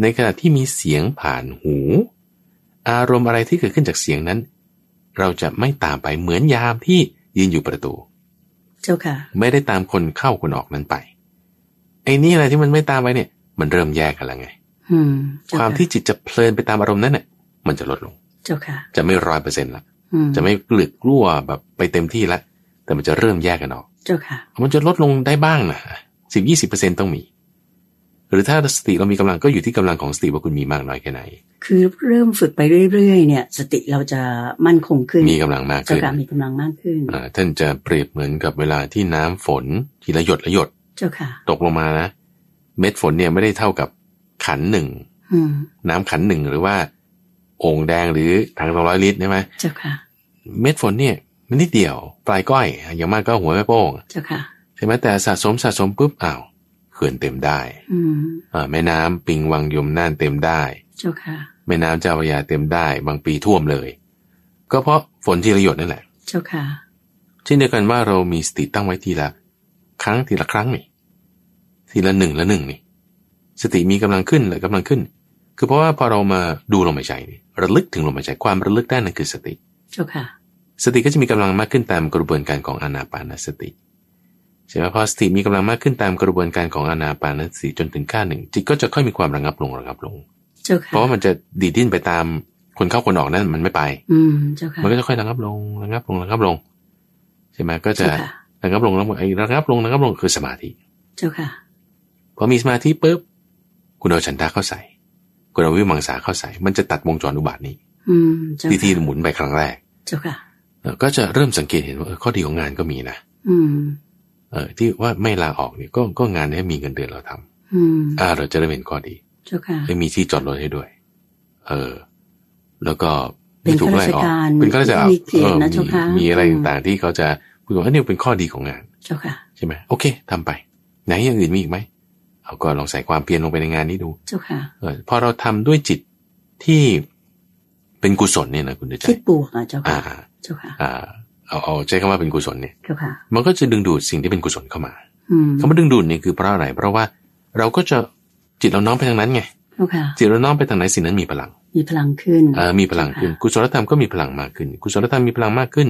Speaker 2: ในขณะที่มีเสียงผ่านหู อารมณ์อะไรที่เกิดขึ้นจากเสียงนั้น เราจะไม่ตามไปเหมือนยามที่ยืนอยู่ประตู
Speaker 1: เจ้าค่ะ
Speaker 2: ไม่ได้ตามคนเข้าคนออกนั้นไปไอ้นี่อะไรที่มันไม่ตามไปเนี่ย มันเริ่มแยกกันแล้วไง
Speaker 1: อืมเจ้
Speaker 2: ความที่จิตจะเพลินไปตามอารมณ์นั้นเนี่ยมันจะลดลง
Speaker 1: เจ้าค่ะ
Speaker 2: จะไม่ร้อยเปอร์เซ็นต์ละ
Speaker 1: อืม
Speaker 2: จะไม่เกลือกกลัวแบบไปเต็มที่ละแต่มันจะเริ่มแยกกันออก
Speaker 1: เจ้าค่ะ
Speaker 2: มันจะลดลงได้บ้างนะสิบยี่สิบเปอร์เซ็นต้องมี หรือถ้าสติเรามีกำลังก็อยู่ที่กำลังของสติว่าคุณมีมากน้อยแค่ไหน
Speaker 1: คือเริ่มฝึกไปเรื่อยๆเนี่ย สติเราจะมั่นคงขึ้น
Speaker 2: มีกำลังมาก
Speaker 1: เจ้า
Speaker 2: ขึ้น
Speaker 1: ค่ะมีกำลังมากขึ้น
Speaker 2: อ่าท่านจะเปรียบเหมือนกับเวลาที่น้ำฝนทีละหยดละหยด
Speaker 1: เจ้าค่ะ
Speaker 2: ตกลงมานะ เม็ดฝนเนี่ยไม่ได้เท่ากับขันหนึ่ง
Speaker 1: อืม
Speaker 2: น้ำขันหนึ่งหรือว่าโอ่งแดงหรือถังสองร้อยลิตรใช่ไหม
Speaker 1: เจ้าค่ะ
Speaker 2: เม็ดฝนเนี่ยมันนิดเดียว ปลายก้อย อย่างมากก็หัวแม่โป้ง
Speaker 1: เจ้าค่ะ
Speaker 2: ใช่ไหมแต่สะสมสะสมปุ๊บอ้าวเขื่อนเต็มได้
Speaker 1: อืม
Speaker 2: อ่าแม่น้ำปิงวังยมน่านเต็มได้
Speaker 1: เจ้าค่ะ
Speaker 2: แม่น้ำเจ้าพระยาเต็มได้บางปีท่วมเลย ก็เพราะฝนที่ระหยดนั่นแหละ
Speaker 1: เจ้าค่ะ
Speaker 2: เช่นเดียวกันว่าเรามีสติตั้งไว้ทีละ ครั้งทีละครั้งนี่ทีละหนึ่งละหนึ่งนี่สติมีกำลังขึ้นหรือกำลังขึ้น คือเพราะว่าพอเรามาดูลมหายใจนี่ระลึกถึงลมหายใจความระลึกได้นั่นคือสติ
Speaker 1: เจ้าค่ะ
Speaker 2: สติก็จะมีกำลังมากขึ้นตามกระบวนการของอานาปานสติใช่ไหมพอสติมีกำลังมากขึ้นตามกระบวนการของอานาปานสติจนถึงขั้นหนึ่งจิตก็จะค่อยมีความระงับลงระงับลง
Speaker 1: เจ้า
Speaker 2: เพราะ
Speaker 1: ค่ะ
Speaker 2: ว่ามันจะดีดดิ้นไปตาม คนเข้าคนออกนั่นมันไม่ไป
Speaker 1: อืมเจ้าค่ะ
Speaker 2: มันก็จะค่อยระงับลงระงับลงระงับลงใช่ไหมก็จะ
Speaker 1: เจ้าค่ะ
Speaker 2: ระงับลงแล้วไอ้ระงับลงระงับลงคือสมาธิ
Speaker 1: เจ้าค่ะ
Speaker 2: พอมีสมาธิปุ๊บคุณเอาฉันทาเข้าใส่ คุณเอาวิมังสาเข้าใส่ มันจะตัดวงจรอุบาทนี้
Speaker 1: อืมเจ้า
Speaker 2: ที่ที่
Speaker 1: ค่ะ
Speaker 2: หมุนไปครั้งแรก
Speaker 1: เจ้าค่ะ
Speaker 2: เออก็จะเริ่มสังเกตเห็นว่าเออข้อดีของงานก็มีนะ
Speaker 1: อืม
Speaker 2: เออที่ว่าไม่ลาออกเนี่ยก็ก็งานให้มีเงินเดือนเราทำ
Speaker 1: อืม
Speaker 2: อ่าเราจะได้เห็นข้อดี
Speaker 1: เจ้าค่ะ
Speaker 2: ได้มีที่จอดรถให้ด้วย เออ แล้วก็
Speaker 1: เป็น
Speaker 2: ไม่ถูกไล่ออก
Speaker 1: ข้าราชการ
Speaker 2: เป็นข้าราชการ
Speaker 1: มีเกียรตินะ
Speaker 2: เออ
Speaker 1: เจ้าค่ะ
Speaker 2: มีอะไร
Speaker 1: อืม
Speaker 2: ต่างๆที่เขาจะพูดว่าอันนี้เป็นข้อดีของงาน
Speaker 1: เจ้าค่ะ
Speaker 2: ใช่ไหมโอเคทำไป ไหนอย่างอื่นมีอีกไหมเอาก็ลองใส่ความเพียรลงไปในงานนี้ดู
Speaker 1: เจ้าค่ะ
Speaker 2: เออพอเราทำด้วยจิตที่เป็นกุศลเนี่ยนะคุณเดชใจ
Speaker 1: คิดบวกนะเจ้า
Speaker 2: อ่า
Speaker 1: ค่ะ เจ้าค่ะ
Speaker 2: อ่าเอาเอาใช้คำว่าเป็นกุศลเนี่ย
Speaker 1: เจ้าค่ะ
Speaker 2: มันก็จะดึงดูดสิ่งที่เป็นกุศลเข้ามา
Speaker 1: อืม
Speaker 2: คำว่าดึงดูดเนี่ยคือเพราะอะไร เพราะว่าเราก็จะจิตเราน้อมไปทางนั้นไง
Speaker 1: เจ้าค่ะ
Speaker 2: จิตเราน้อมไปทางไหนสิ่งนั้นมีพลัง
Speaker 1: มีพลังขึ้น
Speaker 2: เออมีพลังขึ้นกุศลธรรมก็มีพลังมากขึ้น กุศลธรรมมีพลังมากขึ้น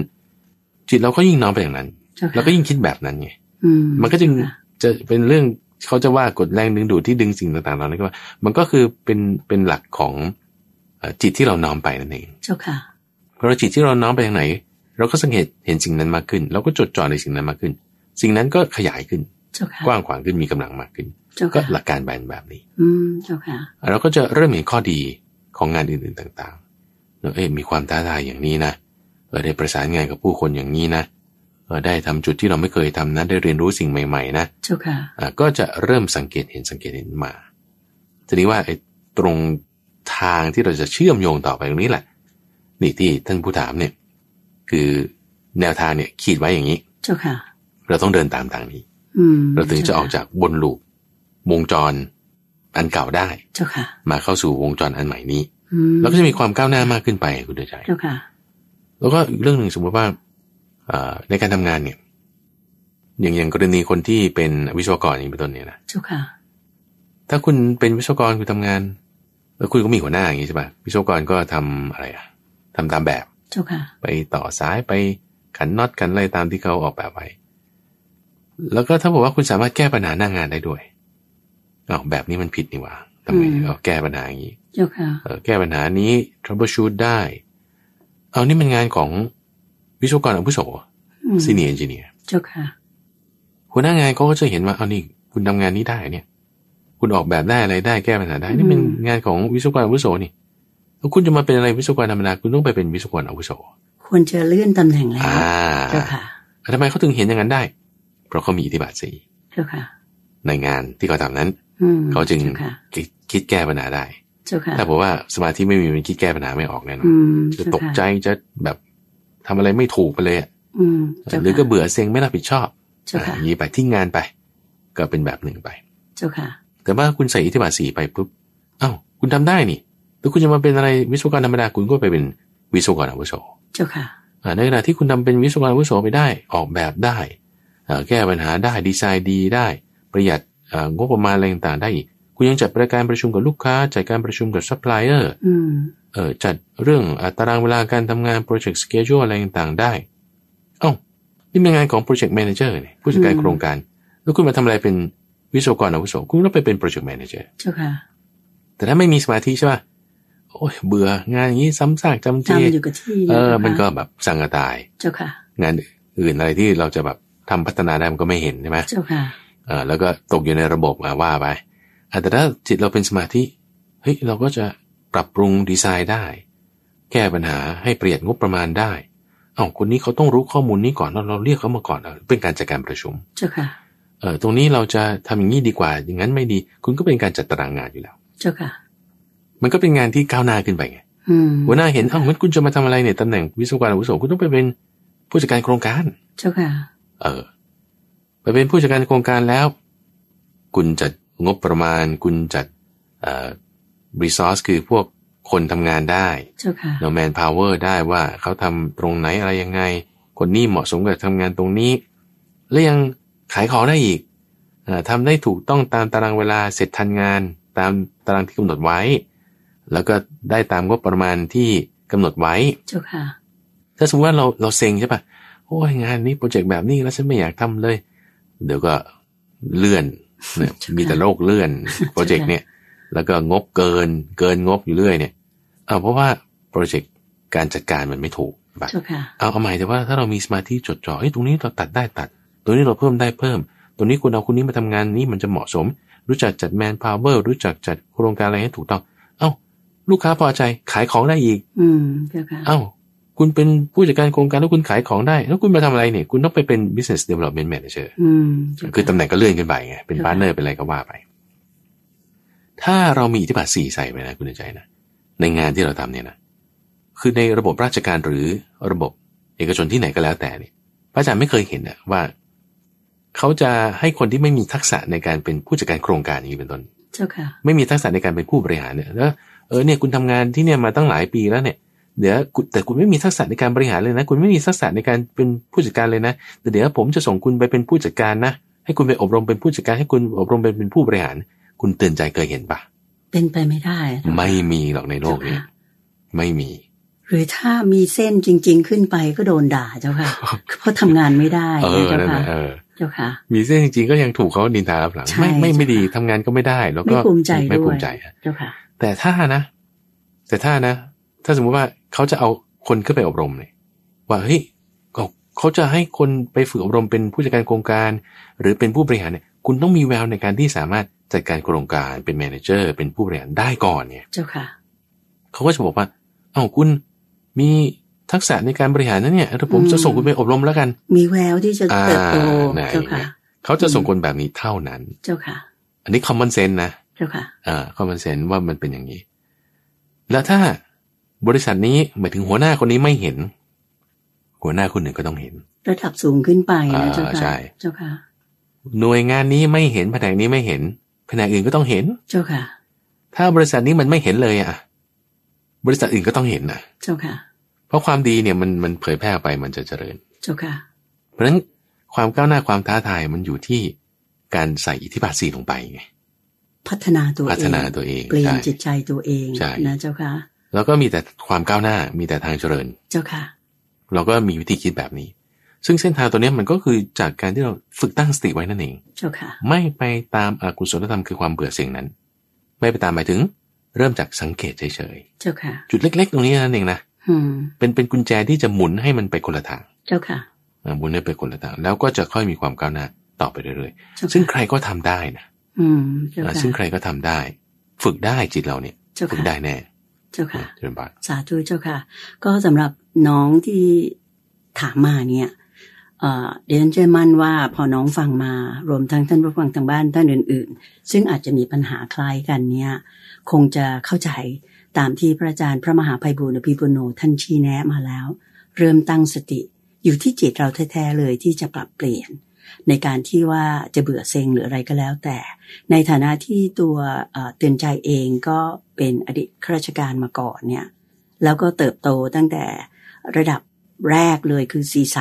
Speaker 2: จิตเราก็ยิ่งน้อมไปอย่างนั้น
Speaker 1: เจ้าค่ะ
Speaker 2: เราก็ยิ่งคิดแบบนั้นไง
Speaker 1: อื
Speaker 2: มันก็จึง
Speaker 1: เาค่ะ
Speaker 2: จะเป็นเรื่องเขาจะว่ากฎแรงดึงดูดที่ดึงสิ่งต่างๆเหล่านั้นก็มามันก็คือเป็นเป็นหลักของเอ่อจิตที่เราน้อมไปนั่นเอง
Speaker 1: เจ้าค่ะ
Speaker 2: เพราะจิตที่เราน้อมไปทางไหน เราก็สังเกตเห็นสิ่งนั้นมากขึ้น เราก็จดจ่อในสิ่งนั้นมากขึ้น สิ่งนั้นก็ขยายขึ้น
Speaker 1: เจ้าค่ะ
Speaker 2: กว้างขวางขึ้นมีกำลังมากขึ้น
Speaker 1: เจ้า
Speaker 2: ก็
Speaker 1: ค่ะ
Speaker 2: หลักการแบนแบบนี้
Speaker 1: อืม เจ้าค่ะ
Speaker 2: เราก็จะเริ่มเห็นข้อดีของงานอื่นๆต่างๆเนอะเอ๊ะมีความท้าทายอย่างนี้นะเออได้ประสานงานกับผู้คนอย่างนี้นะเออได้ทำจุดที่เราไม่เคยทำนะได้เรียนรู้สิ่งใหม่ๆนะ
Speaker 1: เจ้าค่ะ
Speaker 2: อ่ะก็จะเริ่มสังเกตเห็นสังเกตเห็นมา ทีนี้ว่าไอ้ตรงทางที่เราจะเชื่อมโยงต่อไปตรงนี้แหละ นี่ที่ท่านผู้ถามเนี่ย คือแนวทางเนี่ยขีดไว้อย่างนี้
Speaker 1: เจ้าค่ะ
Speaker 2: เราต้องเดินตามทางนี้
Speaker 1: อืม
Speaker 2: เราถึงจะออกจากบนลูปวงจรอันเก่าได้
Speaker 1: เจ้าค่ะ
Speaker 2: มาเข้าสู่วงจรอันใหม่นี้
Speaker 1: อืม
Speaker 2: แล้วก็จะมีความก้าวหน้ามากขึ้นไปคุณเดือใจ
Speaker 1: เจ้าค่ะ
Speaker 2: แล้วก็อีกเรื่องหนึ่งสมมติว่าเอ่อในการทำงานเนี่ย อย่างอย่างกรณีคนที่เป็นวิศวกรอย่างนี้เป็นต้นเนี่ยนะ
Speaker 1: เจ้าค่ะ
Speaker 2: ถ้าคุณเป็นวิศวกรคุณทำงานแล้วคุณก็มีหัวหน้าอย่างนี้ใช่ปะวิศวกรก็ทำอะไรอะทำตามแบบ
Speaker 1: เจ้าค่ะ
Speaker 2: ไปต่อสายไปขันน็อตกันอะไรตามที่เขาออกแบบไว้ แล้วก็ถ้าบอกว่าคุณสามารถแก้ปัญหาหน้างานได้ด้วยอ้าวแบบนี้มันผิดนี่หว่าทำไง
Speaker 1: อืม
Speaker 2: เอาแก้ปัญหาอย่างนี้
Speaker 1: เจ้าค่ะ
Speaker 2: เออแก้ปัญหานี้ troubleshoot ได้ เอานี่มันงานของวิศวกรอาวุโส
Speaker 1: อืม
Speaker 2: ซีเนียร์เอนจิเนีย
Speaker 1: เจ้าค่ะ
Speaker 2: หัวหน้างานเขาก็จะเห็นว่าเอานี่คุณทำงานนี้ได้เนี่ย คุณออกแบบได้อะไรได้แก้ปัญหาได้ นี่เป็น
Speaker 1: อืม
Speaker 2: งานของวิศวกรอาวุโสนี่แล้วคุณจะมาเป็นอะไรวิศวกรธรรมดาคุณต้องไปเป็นวิศวกรอาวุโส
Speaker 1: ควรจะเลื่อนตำแหน่งแล้ว
Speaker 2: อ่า
Speaker 1: เจ้าค่ะ
Speaker 2: ทำไมเขาถึงเห็นอย่างนั้นได้ เพราะเขามีอิทธิบาทสี
Speaker 1: เจ้าค่ะ
Speaker 2: ในงานที่เขาทำนั้น
Speaker 1: อืม
Speaker 2: เขาจึง
Speaker 1: เจ้าค่ะ
Speaker 2: คิดคิดแก้ปัญหาได้
Speaker 1: เจ้าค่ะ
Speaker 2: ถ้าบอกว่าสมาธิไม่มีมันคิดแก้ปัญหาไม่ออกแน่นอ
Speaker 1: อื
Speaker 2: น
Speaker 1: ม
Speaker 2: จะ
Speaker 1: เาค่ะ
Speaker 2: ตกใจจะแบบทำอะไรไม่ถูกไปเลยอะ
Speaker 1: อืมเจ้าค่ะ
Speaker 2: หรือก็เบื่อเซ็งไม่รับผิดชอบ
Speaker 1: เจ้า
Speaker 2: อ่ะ
Speaker 1: ค่ะ
Speaker 2: อย่างนี้ไปทิ้งงานไป ก็เป็นแบบหนึ่งไป
Speaker 1: เจ้าค่ะ
Speaker 2: แต่ว่าคุณใส่อิทธิบาทสีไปปุ๊บ เอ้า คุณทำได้นี่ แล้วคุณจะมาเป็นอะไรวิศวกรธรรมดา คุณก็ไปเป็นวิศวกรอาวุโส
Speaker 1: เจ้าค่ะ
Speaker 2: อ่าในขณะที่คุณทำเป็นวิศวกรอาวุโสไปได้ ออกแบบได้อ่าแก้ปัญหาได้ ดีไซน์ดีได้ ประหยัดอ่างบประมาณอะไรต่างๆได้อีก คุณยังจัดประการประชุมกับลูกค้า จัดการประชุมกับซัพพลายเออร์
Speaker 1: อืม
Speaker 2: เออจัดเรื่องอาตารางเวลาการทำงานโปรเจกต์สเกจ e อะไรต่างๆได้ เอ้า นี่เป็นงานของโปรเจกต์แมเนเจอร์เนี่ยผู้จัดการ
Speaker 1: อืม
Speaker 2: โครงการ แล้วคุณมาทำอะไรเป็นวิศวกรอาวุโส คุณก็ไปเป็นโปรเจกต์แมเนเจอร์
Speaker 1: เจ้าค่ะ
Speaker 2: แต่ถ้าไม่มีสมาธิใช่ป่ะ โอ้ยเบื่องานอย่างนี้ซ้ำซากจำเจ
Speaker 1: จำอยู่กับที่
Speaker 2: เออ
Speaker 1: จ้าค่ะ
Speaker 2: มันก็แบบสั่งกระตาย
Speaker 1: เจ้าค่ะ
Speaker 2: งานอื่นอะไรที่เราจะแบบทำพัฒนาได้มันก็ไม่เห็นใช่ไหม
Speaker 1: เจ้าค่ะ
Speaker 2: เออแล้วก็ตกอยู่ในระบบอ่ะว่าไปอ่ะแต่ถ้าจิตเราเป็นสมาธิ เฮ้ยเราก็จะปรับปรุงดีไซน์ได้ แก้ปัญหาให้ประหยัดงบประมาณได้เอ้าคนนี้เขาต้องรู้ข้อมูลนี้ก่อนเราเราเรียกเขามาก่อนเอาเป็นการจัดการประชุม
Speaker 1: เจ้าค่ะ
Speaker 2: เออตรงนี้เราจะทำอย่างนี้ดีกว่า อย่างนั้นไม่ดี คุณก็เป็นการจัดตารางงานอยู่แล้ว
Speaker 1: เจ้าค่ะ
Speaker 2: มันก็เป็นงานที่ก้าวหน้าขึ้นไปไง
Speaker 1: อืม
Speaker 2: หัวหน้าเห็น เอ้างั้นคุณจะมาทำอะไรเนี่ยตำแหน่งวิศวกรอาวุโสคุณต้องไปเป็นผู้จัดการโครงการ
Speaker 1: เจ้าค่ะ
Speaker 2: เออ ไปเป็นผู้จัดการโครงการแล้ว คุณจัดงบประมาณ คุณจัดเอ่อรีซอสคือพวกคนทำงานได้
Speaker 1: เจ้าค่ะ
Speaker 2: เนาแมนพาวเวอร์ได้ว่าเขาทำตรงไหนอะไรยังไง คนนี้เหมาะสมกับทำงานตรงนี้ และยังขายของได้อีกเออทำได้ถูกต้องตามตารางเวลาเสร็จทันงาน ตามตารางที่กำหนดไว้ แล้วก็ได้ตามงบประมาณที่กำหนดไว้
Speaker 1: เจ้าค่ะ
Speaker 2: ถ้าสมมติว่าเราเราเซ็งใช่ปะโอ้ยงานนี้โปรเจกต์แบบนี้แล้วฉันไม่อยากทำเลย เดี๋ยวก็เลื่อนเนี่ยมีแต่โรคเลื่อนโปรเจกต์เนี่ย แล้วก็งบเกินเกินงบอยู่เรื่อยเนี่ยเอาเพราะว่าโป ปรเจกต์การจัดการมันไม่ถูกแบบ
Speaker 1: เจ้าค่ะ
Speaker 2: เอาเอาใหม่แต่ว่าถ้าเรามีสมาธิจดจ่อเอ้ยตรงนี้เราตัดได้ตัด ตรงนี้เราเพิ่มได้เพิ่ม ตรงนี้คุณเอาคนนี้มาทำงานนี้มันจะเหมาะสม รู้จักจัดแมนพาวเวอร์รู้จักจัดโครงการอะไรให้ถูกต้อง เอ้า ลูกค้าพอใจขายของได้อีก
Speaker 1: อืมเจ้าค่ะ
Speaker 2: เอ้า คุณเป็นผู้จัดการโครงการแล้วคุณขายของได้ แล้วคุณมาทำอะไรเนี่ย คุณต้องไปเป็น business development manager
Speaker 1: อืมเจ้าะ
Speaker 2: คือตำแหน่งก็เลื่อนขึ้นไปไง เป็นพาร์เนอร์เป็นอะไรก็ว่าไป ถ้าเรามีอิทธิบาทสี่ใส่ไปนะคุณใจนะ ในงานที่เราทำเนี่ยนะ คือในระบบราชการหรือระบบเอกชนที่ไหนก็แล้วแต่เนี่ยพระอาจารย์ไม่เคยเห็นนะว่า เขาจะให้คนที่ไม่มีทักษะในการเป็นผู้จัดการโครงการอย่างนี้เป็นต้น
Speaker 1: เจ้าค่ะ
Speaker 2: ไม่มีทักษะในการเป็นผู้บริหารเนี่ยแล้วเออเนี่ยคุณทำงานที่เนี่ยมาตั้งหลายปีแล้วเนี่ยเดี๋ยวคุณแต่คุณไม่มีทักษะในการบริหารเลยนะ คุณไม่มีทักษะในการเป็นผู้จัดการเลยนะแต่เดี๋ยวผมจะส่งคุณไปเป็นผู้จัดการนะ ให้คุณไปอบรมเป็นผู้จัดการให้คุณอบรมเป็นผู้บริหาร คุณเตือนใจเคยเห็นปะ
Speaker 1: เป็นไปไม่ได้นะ
Speaker 2: ไม่มีหรอกในโล
Speaker 1: เจ้าก
Speaker 2: นี้
Speaker 1: ค่ะ
Speaker 2: ไม่มี
Speaker 1: หรือถ้ามีเส้นจริง ๆ ขึ้นไปก็โดนด่าเจ้าค่ะ เพราะทำงานไม่ได้
Speaker 2: เอ
Speaker 1: นะ
Speaker 2: อ
Speaker 1: เจ้า
Speaker 2: นั่น
Speaker 1: ค่ะ
Speaker 2: แหละเออ
Speaker 1: เจ้าค่ะ
Speaker 2: มีเส้นจริงๆก็ยังถูกเขาดินทารับหลัง
Speaker 1: ใช่
Speaker 2: ไม่ไม่ไม่
Speaker 1: ใช่ค่ะ
Speaker 2: ดีทำงานก็ไม่ได้ แล้ว
Speaker 1: ไม่
Speaker 2: ก็
Speaker 1: ภูมิใจด้วย
Speaker 2: ไม่ภูมิใจฮะ
Speaker 1: เจ้าค่ะ
Speaker 2: แต่ถ้านะ แต่ถ้านะ ถ้าสมมุติว่าเขาจะเอาคนขึ้นไปอบรมเนี่ยว่าเฮ้ยเขาเขาจะให้คนไปฝึกอบรมเป็นผู้จัดการโครงการ หรือเป็นผู้บริหารเนี่ย คุณต้องมีแววในการที่สามารถจัดการโครงการเป็นแมเนเจอร์เป็นผู้บริหารได้ก่อนไง
Speaker 1: เจ้าค่ะ
Speaker 2: เขาก็จะบอกว่า เอ้าคุณมีทักษะในการบริหารนะเนี่ยเดี๋ยวผมจะส่งคุณไปอบรมแล้วกัน
Speaker 1: มีแววที่จะ
Speaker 2: อ่า
Speaker 1: เติบโต
Speaker 2: ไหน
Speaker 1: เจ้าค่ะ
Speaker 2: เขาจะส่งคนแบบนี้เท่านั้น
Speaker 1: เจ้าค่ะ
Speaker 2: อันนี้ common sense นะ
Speaker 1: เจ้าค่ะ
Speaker 2: เอ่อคอมมอนเซนว่ามันเป็นอย่างนี้ แล้วถ้าบริษัทนี้หมายถึงหัวหน้าคนนี้ไม่เห็น หัวหน้าคนหนึ่งก็ต้องเห็น
Speaker 1: ระดับสูงขึ้นไปนะ
Speaker 2: อ่า
Speaker 1: เจ้าค่ะ
Speaker 2: ใช่
Speaker 1: เจ้าค่ะ
Speaker 2: หน่วยงานนี้ไม่เห็นแผนกนี้ไม่เห็นแผนกอื่นก็ต้องเห็น
Speaker 1: เจ้าค่ะ
Speaker 2: ถ้าบริษัทนี้มันไม่เห็นเลยอะบริษัทอื่นก็ต้องเห็นนะ
Speaker 1: เจ้าค่ะ
Speaker 2: เพราะความดีเนี่ยมันมันเผยแพร่ไปมันจะเจริญ
Speaker 1: เจ้าค่ะ
Speaker 2: เพราะฉะนั้นความก้าวหน้าความท้าทายมันอยู่ที่การใส่อิทธิบาทสีลงไปไง
Speaker 1: พัฒนาตัวเอง
Speaker 2: พัฒนาตัวเอง
Speaker 1: เปลี่ยน
Speaker 2: ใช่
Speaker 1: จิตใจตัวเอง
Speaker 2: ใช่
Speaker 1: นะเจ้าค่ะ
Speaker 2: แล้วก็มีแต่ความก้าวหน้ามีแต่ทางเจริญ
Speaker 1: เจ้าค่ะ
Speaker 2: เราก็มีวิธีคิดแบบนี้ ซึ่งเส้นทางตัวเนี้ยมันก็คือจากการที่เราฝึกตั้งสติไว้นั่นเอง
Speaker 1: เจ้าค่ะ
Speaker 2: ไม่ไปตามอากุศลธรรมคือความเบื่อเสียงนั้น ไม่ไปตามหมายถึง เริ่มจากสังเกตเฉย
Speaker 1: เจ้าค่ะ
Speaker 2: ๆ จุดเล็ก ๆ ตรงนี้นั่นเองนะ
Speaker 1: อืม
Speaker 2: เป็นเป็นกุญแจที่จะหมุนให้มันไปคนละทาง
Speaker 1: เจ้าค่ะ
Speaker 2: อ่าหมุนให้ไปคนละทาง แล้วก็จะค่อยมีความก้าวหน้าต่อไปเรื่อย
Speaker 1: เจ้า
Speaker 2: ๆ ซึ่ง
Speaker 1: ค่ะ
Speaker 2: ใครก็ทำได้นะ
Speaker 1: อืม เจ้า
Speaker 2: อ่า
Speaker 1: ค่ะ
Speaker 2: ซึ่งใครก็ทำได้ ฝึกได้จิตเราเนี่ย
Speaker 1: เจ้า
Speaker 2: ฝึก
Speaker 1: ค่ะ
Speaker 2: ได้แน่
Speaker 1: เจ้าค่ะ
Speaker 2: เชิญบาท
Speaker 1: สาธุเจ้าค่ะ ก็สำหรับน้องที่ถามมาเนี่ยเอ่อเดยวฉันเชื่อมั่นว่าพอน้องฟังมารวมทั้งท่านผู้ฟังทางบ้านท่านอื่น ๆ ซึ่งอาจจะมีปัญหาคล้ายกันเนี่ย คงจะเข้าใจตามที่พระอาจารย์พระมหาภัยบูลย์อภิปุโนท่านชี้แนะมาแล้ว เริ่มตั้งสติอยู่ที่จิตเราแท้ๆเลยที่จะปรับเปลี่ยน ในการที่ว่าจะเบื่อเซ็งหรืออะไรก็แล้วแต่ ในฐานะที่ตัวเอ่อเตือนใจเองก็เป็นอดีตข้าราชการมาก่อนเนี่ย แล้วก็เติบโตตั้งแต่ระดับแรกเลยคือ C3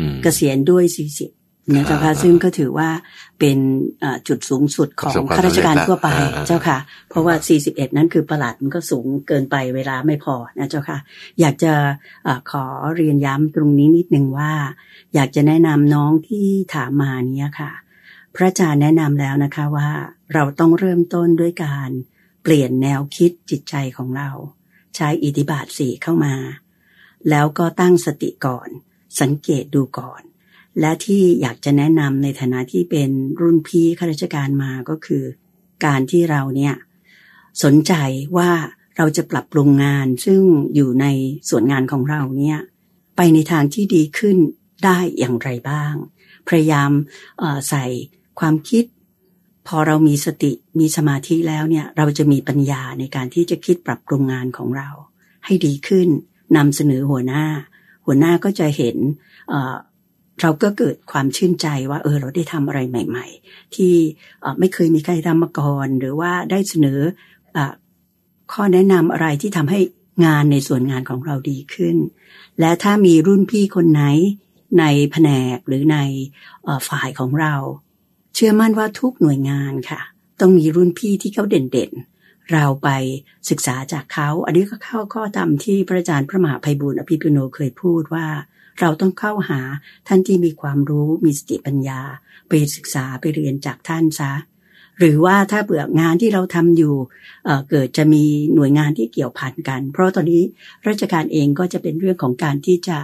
Speaker 2: อืม
Speaker 1: เกษียณด้วย 40นะเจ้า
Speaker 2: ครั
Speaker 1: ค่ะ
Speaker 2: บ
Speaker 1: ซึ่งก็ถือว่าเป็นเอ่อจุดสูงสุดของ
Speaker 2: ประสบความ
Speaker 1: ข้าราชการ
Speaker 2: สำเร็จละ
Speaker 1: ทั่วไป
Speaker 2: อ่าๆ
Speaker 1: เจ้าค่ะ เพราะว่า
Speaker 2: ครับ
Speaker 1: 41 นั้นคือประหลัดมันก็สูงเกินไปเวลาไม่พอนะเจ้าค่ะ อยากจะเอ่อขอเรียนย้ำตรงนี้นิดนึงว่า อยากจะแนะนำน้องที่ถามมาเนี้ยค่ะ พระอาจารย์แนะนำแล้วนะคะว่าเราต้องเริ่มต้นด้วยการเปลี่ยนแนวคิดจิตใจของเรา ใช้อิทธิบาทสี่เข้ามา แล้วก็ตั้งสติก่อน สังเกตดูก่อน และที่อยากจะแนะนำในฐานะที่เป็นรุ่นพี่ข้าราชการมาก็คือ การที่เราเนี่ยสนใจว่าเราจะปรับปรุงงานซึ่งอยู่ในส่วนงานของเราเนี่ยไปในทางที่ดีขึ้นได้อย่างไรบ้าง พยายามเอ่อใส่ความคิด พอเรามีสติมีสมาธิแล้วเนี่ยเราจะมีปัญญาในการที่จะคิดปรับปรุงงานของเรา ให้ดีขึ้นนำเสนอหัวหน้า หัวหน้าก็จะเห็นเอ่อเราก็เกิดความชื่นใจว่าเออเราได้ทำอะไรใหม่ ๆ ที่เอ่อไม่เคยมีใครทำมาก่อนหรือว่าได้เสนอเออข้อแนะนำอะไรที่ทำให้งานในส่วนงานของเราดีขึ้น และถ้ามีรุ่นพี่คนไหนในแผนกหรือในเอ่อฝ่ายของเรา เชื่อมั่นว่าทุกหน่วยงานค่ะ ต้องมีรุ่นพี่ที่เขาเด่นๆ เราไปศึกษาจากเขา อันนี้ก็เข้าข้อตามที่พระอาจารย์พระมหาภัยบูลย์อภิปุโนเคยพูดว่า เราต้องเข้าหาท่านที่มีความรู้มีสติปัญญา ไปศึกษาไปเรียนจากท่านซะ หรือว่าถ้าเผื่องานที่เราทำอยู่เอ่อเกิดจะมีหน่วยงานที่เกี่ยวพันกัน เพราะตอนนี้ราชการเองก็จะเป็นเรื่องของการที่จะ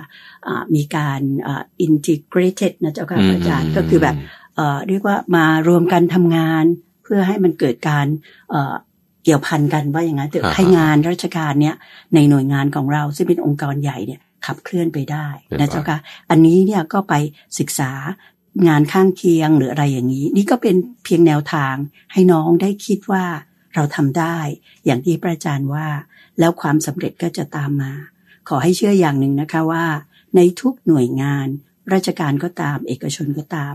Speaker 1: อ่ามีการอ่า integrated นะเจ้าค่ะพระอาจารย์ก็คือแบบ เอ่อเรียกว่ามารวมกันทำงานเพื่อให้มันเกิดการเอ่อเกี่ยวพันกันว่าอย่างนั้นเถ
Speaker 2: อ่า
Speaker 1: อะ
Speaker 2: ฮะ
Speaker 1: ให้งานราชการเนี่ยในหน่วยงานของเราซึ่งเป็นองค์กรใหญ่เนี่ยขับเคลื่อนไปได้
Speaker 2: เป็น
Speaker 1: นะ
Speaker 2: ไป
Speaker 1: เจ้าค่ะอันนี้เนี่ยก็ไปศึกษางานข้างเคียงหรืออะไรอย่างนี้ นี่ก็เป็นเพียงแนวทางให้น้องได้คิดว่าเราทำได้อย่างที่พระอาจารย์ว่า แล้วความสำเร็จก็จะตามมา ขอให้เชื่ออย่างหนึ่งนะคะว่า ในทุกหน่วยงานราชการก็ตาม เอกชนก็ตาม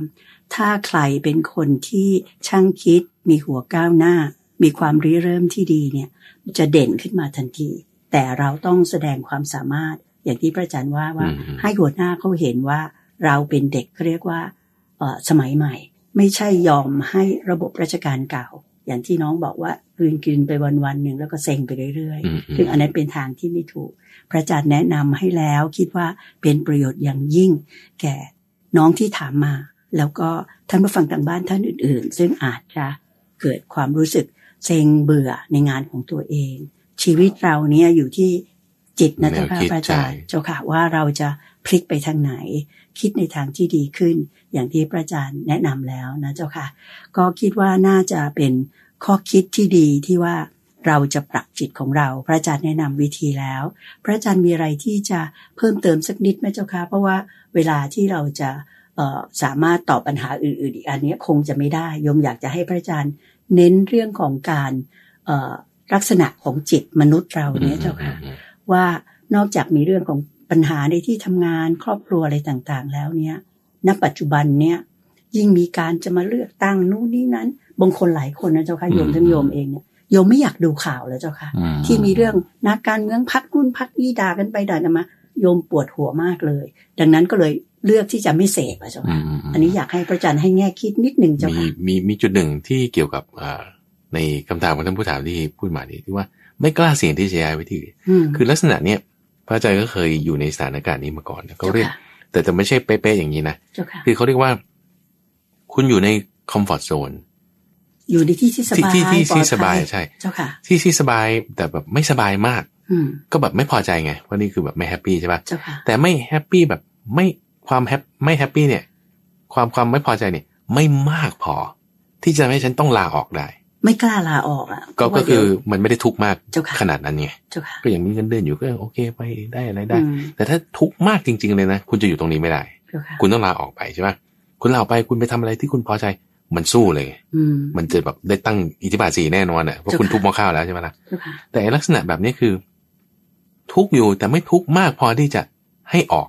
Speaker 1: ถ้าใครเป็นคนที่ช่างคิด มีหัวก้าวหน้า มีความริเริ่มที่ดีเนี่ย จะเด่นขึ้นมาทันที แต่เราต้องแสดงความสามารถอย่างที่พระอาจารย์ว่าว่า
Speaker 2: อืม
Speaker 1: ให้หัวหน้าเขาเห็นว่าเราเป็นเด็กเรียกว่าเอ่อสมัยใหม่ ไม่ใช่ยอมให้ระบบราชการเก่า อย่างที่น้องบอกว่ากลืนกินไปวันวันๆหนึ่งแล้วก็เซ็งไปเรื่อยๆ
Speaker 2: อืมอืม
Speaker 1: ซึ่งอันนั้นเป็นทางที่ไม่ถูก พระอาจารย์แนะนำให้แล้วคิดว่าเป็นประโยชน์อย่างยิ่ง แก่น้องที่ถามมา แล้วก็ท่านผู้ฟังทางบ้านท่านอื่น ๆ ซึ่งอาจจะเกิดความรู้สึกเซ็งเบื่อในงานของตัวเอง ชีวิตเราเนี่ยอยู่ที่จิตนะ
Speaker 2: แน
Speaker 1: เจ้าว ค่ะ
Speaker 2: คิด
Speaker 1: พระอาจารย์
Speaker 2: ใช่
Speaker 1: เจ้าค่ะว่าเราจะพลิกไปทางไหน คิดในทางที่ดีขึ้น อย่างที่พระอาจารย์แนะนำแล้วนะเจ้าค่ะ ก็คิดว่าน่าจะเป็นข้อคิดที่ดีที่ว่าเราจะปรับจิตของเรา พระอาจารย์แนะนำวิธีแล้ว พระอาจารย์มีอะไรที่จะเพิ่มเติมสักนิดไหมเจ้าคะเพราะว่าเวลาที่เราจะเอ่อสามารถตอบปัญหาอื่นๆอีกอันเนี้ยคงจะไม่ได้โยมอยากจะให้พระอาจารย์เน้นเรื่องของการเอ่อลักษณะของจิตมนุษย์เราเนี่ยเจ้าค่ะ
Speaker 2: อืม
Speaker 1: ว่านอกจากมีเรื่องของปัญหาในที่ทำงานครอบครัวอะไรต่างๆ แล้วเนี่ย ณ ปัจจุบันเนี่ย ยิ่งมีการจะมาเลือกตั้งนู่นนี่นั้น บางคนหลายคนนะเจ้าค่ะโยม
Speaker 2: อืม
Speaker 1: ทั้งโยมเองเนี่ยโยมไม่อยากดูข่าวแล้วเจ้าค่ะ
Speaker 2: อื
Speaker 1: ที่มีเรื่องนักการเมืองพักนู่นพักนี่ด่ากันไปด่ากันมา โยมปวดหัวมากเลย ดังนั้นก็เลยเลือกที่จะไม่เสพอะเจ้า
Speaker 2: อื
Speaker 1: ค่ะ
Speaker 2: มมม
Speaker 1: อันนี้อยากให้พระอาจารย์ให้แง่คิดนิดหนึ่งเจ้า
Speaker 2: มี
Speaker 1: ค่ะ
Speaker 2: มีมีจุดหนึ่งที่เกี่ยวกับอ่าในคำถามของท่านผู้ถามที่พูดมานี่ที่ว่าไม่กล้าเสี่ยงที่จะย้ายไปที่อื่น
Speaker 1: อืม
Speaker 2: คือลักษณะเนี้ยพระอาจารย์ก็เคยอยู่ในสถานการณ์นี้มาก่อนนะเขาเรียก
Speaker 1: จ้าค่ะ
Speaker 2: แต่จะไม่ใช่เป๊ะๆอย่างนี้นะ
Speaker 1: เจ้าค่ะ
Speaker 2: คือเขาเรียกว่า คุณอยู่ในคอมฟอร์ทโซน
Speaker 1: อยู่ในที่ที่ส
Speaker 2: ที่
Speaker 1: บาย
Speaker 2: ที่ที่
Speaker 1: ปลอ
Speaker 2: ที่
Speaker 1: ด
Speaker 2: สบาย
Speaker 1: ภั
Speaker 2: ใช่
Speaker 1: เจ้าค่ะ
Speaker 2: ที่ที่สบายแต่แบบไม่สบายมาก
Speaker 1: อืม
Speaker 2: ก็แบบไม่พอใจไงว่านี่คือแบบไม่แฮปปี้ใช่ปะ
Speaker 1: เจ้าค่ะ
Speaker 2: แต่ไม่แฮปปี้แบบไม่ความแฮปไม่แฮปปี้เนี่ย ความความไม่พอใจเนี่ย ไม่มากพอ ที่จะทำให้ฉันต้องลาออกได้
Speaker 1: ไม่กล้าลาออกอ่ะ
Speaker 2: ก็
Speaker 1: เพราะ
Speaker 2: ก็
Speaker 1: ว่า
Speaker 2: คื
Speaker 1: เดี๋ย
Speaker 2: อ
Speaker 1: ว
Speaker 2: มันไม่ได้ทุกข์มาก
Speaker 1: เจ้าค่ะ
Speaker 2: ขนาดนั้นไง
Speaker 1: เจ้าค่ะ
Speaker 2: ก็อย่างนี้เงินเดือนอยู่ก็ยังโอเคไปได้อะไรได้
Speaker 1: อืม
Speaker 2: แต่ถ้าทุกข์มากจริง ๆเลยนะคุณจะอยู่ตรงนี้ไม่ได้
Speaker 1: เจ้าค่ะ
Speaker 2: คุณต้องลาออกไปใช่ไหมคุณลาออกไปคุณไปทำอะไรที่คุณพอใจมันสู้เลย
Speaker 1: อืม
Speaker 2: มันจะแบบได้ตั้งอิทธิบาทสีแน่นอนอ่ะเพราะคุณ
Speaker 1: เจ้าค่ะ
Speaker 2: ทุบหมอข้าวแล้วใช่ไหมล่ะ
Speaker 1: เจ้าค่ะ
Speaker 2: แต่ไอ้ลักษณะแบบนี้คือ ทุกข์อยู่แต่ไม่ทุกข์มากพอที่จะให้ออก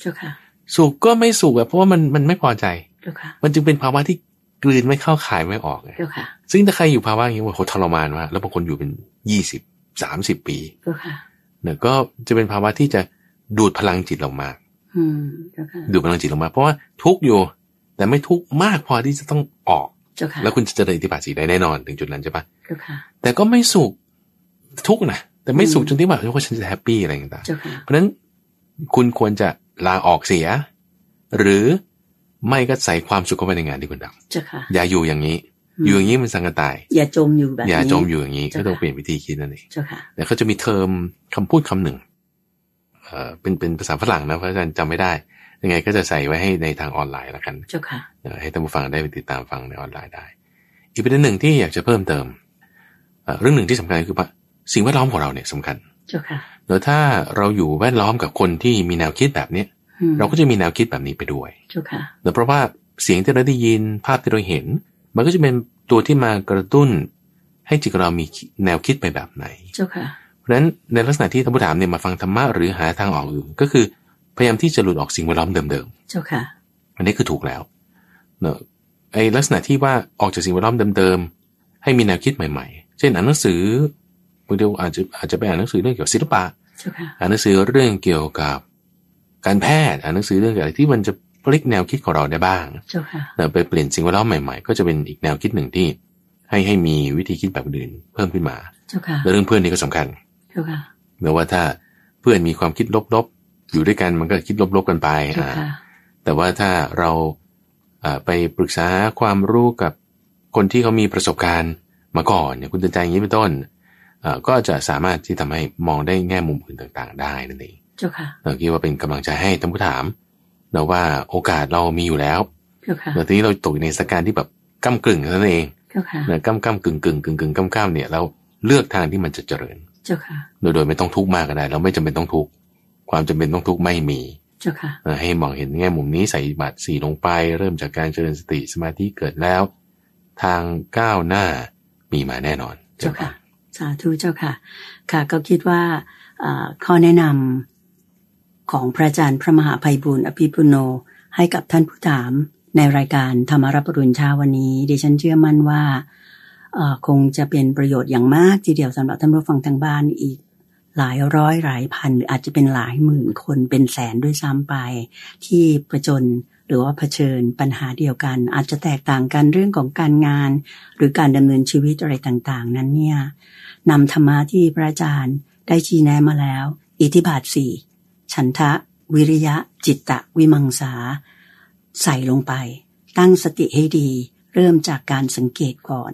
Speaker 1: เจ้าค่ะ
Speaker 2: สุขก็ไม่สุขอะเพราะว่ามันมันไม่พอใจ
Speaker 1: เจ้าค่ะ
Speaker 2: มันจึงเป็นภาวะที่กลืนไม่เข้าขายไม่ออกไง
Speaker 1: เจ้าค่ะ
Speaker 2: ซึ่งถ้าใครอยู่ภาวะอย่างนี้โอ้โหทรมานมากแล้วบางคนอยู่เป็นยี่สิบสามสิบปี
Speaker 1: เจ้าค่ะ
Speaker 2: เนี่ยก็จะเป็นภาวะที่จะดูดพลังจิตลงมา
Speaker 1: อืมเจ้าค่ะ
Speaker 2: ดูดพลังจิตลงมา เพราะว่าทุกข์อยู่ แต่ไม่ทุกข์มากพอที่จะต้องออก
Speaker 1: เจ้าค่ะ
Speaker 2: แล้วคุณจะเจริญอิทธิบาทสีได้แน่นอนถึงจุดนั้นใช่ปะ
Speaker 1: เจ้าค่ะ
Speaker 2: แต่ก็ไม่สุขทุกข์นะแต่ไม่สุข
Speaker 1: อืม
Speaker 2: จนที่แบบว่าฉันจะแฮปปี้อะไรต่างๆ
Speaker 1: เจ้าค่ะ
Speaker 2: เพราะฉะนั้นคุณควรจะลาออกเสีย หรือไม่ก็ใส่ความสุขเข้าไปในงานที่คุณท
Speaker 1: เจ้าค่ะ
Speaker 2: ำอย่าอยู่อย่างนี้ อยู่อย่างนี้มันสังกะตาย
Speaker 1: อย่าจมอยู่แบบนี้
Speaker 2: อย่าจมอยู่อย่างนี้
Speaker 1: เจ้าค่ะ
Speaker 2: ก็ต้องเปลี่ยนวิธีคิดนั่นเอง
Speaker 1: เจ้าค่ะ
Speaker 2: แล้วก็จะมีเทอมคำพูดคำหนึ่งเอ่อเป็นเป็นภาษาฝรั่งนะเพราะอาจารย์จำไม่ได้ ยังไงก็จะใส่ไว้ให้ในทางออนไลน์แล้วกัน
Speaker 1: เจ้าค่ะ
Speaker 2: เอ่อให้ท่านผู้ฟังได้ไปติดตามฟังในออนไลน์ได้ อีกประเด็นหนึ่งที่อยากจะเพิ่มเติมเอ่อเรื่องหนึ่งที่สำคัญคือว่าสิ่งแวดล้อมของเราเนี่ยสำคัญ
Speaker 1: เจ้าค่ะ
Speaker 2: แล้วถ้าเราอยู่แวดล้อมกับคนที่มีแนวคิดแบบเนี้ย
Speaker 1: อืม
Speaker 2: เราก็จะมีแนวคิดแบบนี้ไปด้วย
Speaker 1: เจ้าค่ะ
Speaker 2: เนื่องเพราะว่าเสียงที่เราได้ยินภาพที่เราเห็น มันก็จะเป็นตัวที่มากระตุ้น ให้จิตเรามีแนวคิดไปแบบไหน
Speaker 1: เจ้าค่ะ
Speaker 2: เพราะฉะนั้นในลักษณะที่ท่านผู้ถามเนี่ยมาฟังธรรมะหรือหาทางออกอื่นก็คือพยายามที่จะหลุดออกสิ่งแวดล้อมเดิม
Speaker 1: เจ้าค่ะ
Speaker 2: ๆ อันนี้คือถูกแล้วเนอะไอลักษณะที่ว่าออกจากสิ่งแวดล้อมเดิมๆ ให้มีแนวคิดใหม่ๆ เช่นอ่านหนังสือบางทีอาจจะอาจจะไปอ่านหนังสือเรื่องเกี่ยวกับศิลปะ
Speaker 1: เจ้าค่ะ
Speaker 2: อ่านหนังสือเรื่องเกี่ยวกับการแพทย์อ่านหนังสือเรื่องเกี่ยวกับอะไรที่มันจะพลิกแนวคิดของเราได้บ้าง
Speaker 1: เจ้าค่ะ
Speaker 2: เอ่อไปเปลี่ยนสิ่งแวดล้อมใหม่ๆ ก็จะเป็นอีกแนวคิดหนึ่งที่ ให้ให้มีวิธีคิดแบบอื่นเพิ่มขึ้นมา
Speaker 1: เจ้าค่ะ
Speaker 2: และเรื่องเพื่อนนี่ก็สำคัญ
Speaker 1: เจ้าค่ะ
Speaker 2: เนื่องว่าถ้าเพื่อนมีความคิดลบๆ อยู่ด้วยกันมันก็คิดลบๆกันไป
Speaker 1: เจ้า
Speaker 2: อ่า
Speaker 1: ค่ะ
Speaker 2: แต่ว่าถ้าเราอ่าไปปรึกษาความรู้กับ คนที่เขามีประสบการณ์มาก่อนอย่างคุณเตือนใจอย่างนี้เป็นต้นเอ่อก็จะสามารถที่ทำให้มองได้แง่มุมอื่นต่าง ๆ ได้นั่นเอง
Speaker 1: เจ้าค่ะ
Speaker 2: เราคิดว่าเป็นกำลังใจให้ท่านผู้ถามนะว่าโอกาสเรามีอยู่แล้ว
Speaker 1: เจ้าค่ะ
Speaker 2: แต่ทีนี้เราตกอยู่ในสถานการณ์ที่แบบก้ากึ่งเท่านั่นเอง
Speaker 1: เจ้าค่ะ
Speaker 2: นะก้ากกึ่งกึ่งกึ่งกึ่งก้ามๆเนี่ยเราเลือกทางที่มันจะเจริญ
Speaker 1: เจ้าค่ะ
Speaker 2: โดยโดยไม่ต้องทุกข์มากก็ได้ เราไม่จำเป็นต้องทุกข์ความจำเป็นต้องทุกข์ไม่มี
Speaker 1: เจ้าค่ะ
Speaker 2: เออให้มองเห็นแง่มุมนี้ใส่บาตรสีลงไป เริ่มจากการเจริญสติสมาธิเกิดแล้ว ทางก้าวหน้ามีมาแน่นอน
Speaker 1: เจ้าค่ะ สาธุเจ้าค่ะ ค่ะก็คิดว่าอ่าข้อแนะนำของพระอาจารย์พระมหาภัยบุญอภิปุโน ให้กับท่านผู้ถามในรายการธรรมรับปรุณเช้าวันนี้ดิฉันเชื่อมั่นว่าเอ่อคงจะเป็นประโยชน์อย่างมากทีเดียวสำหรับท่านผู้ฟังทางบ้านอีก หลายร้อยหลายพันหรืออาจจะเป็นหลายหมื่นคนเป็นแสนด้วยซ้ำไป ที่ประจนหรือว่าเผชิญปัญหาเดียวกัน อาจจะแตกต่างกันเรื่องของการงาน หรือการดำเนินชีวิตอะไรต่างๆ นั้นเนี่ยนำธรรมะที่พระอาจารย์ได้ชี้แนะมาแล้ว อิทธิบาทสี่ฉันทะ วิริยะ จิตตะ วิมังสา ใส่ลงไป ตั้งสติให้ดี เริ่มจากการสังเกตก่อน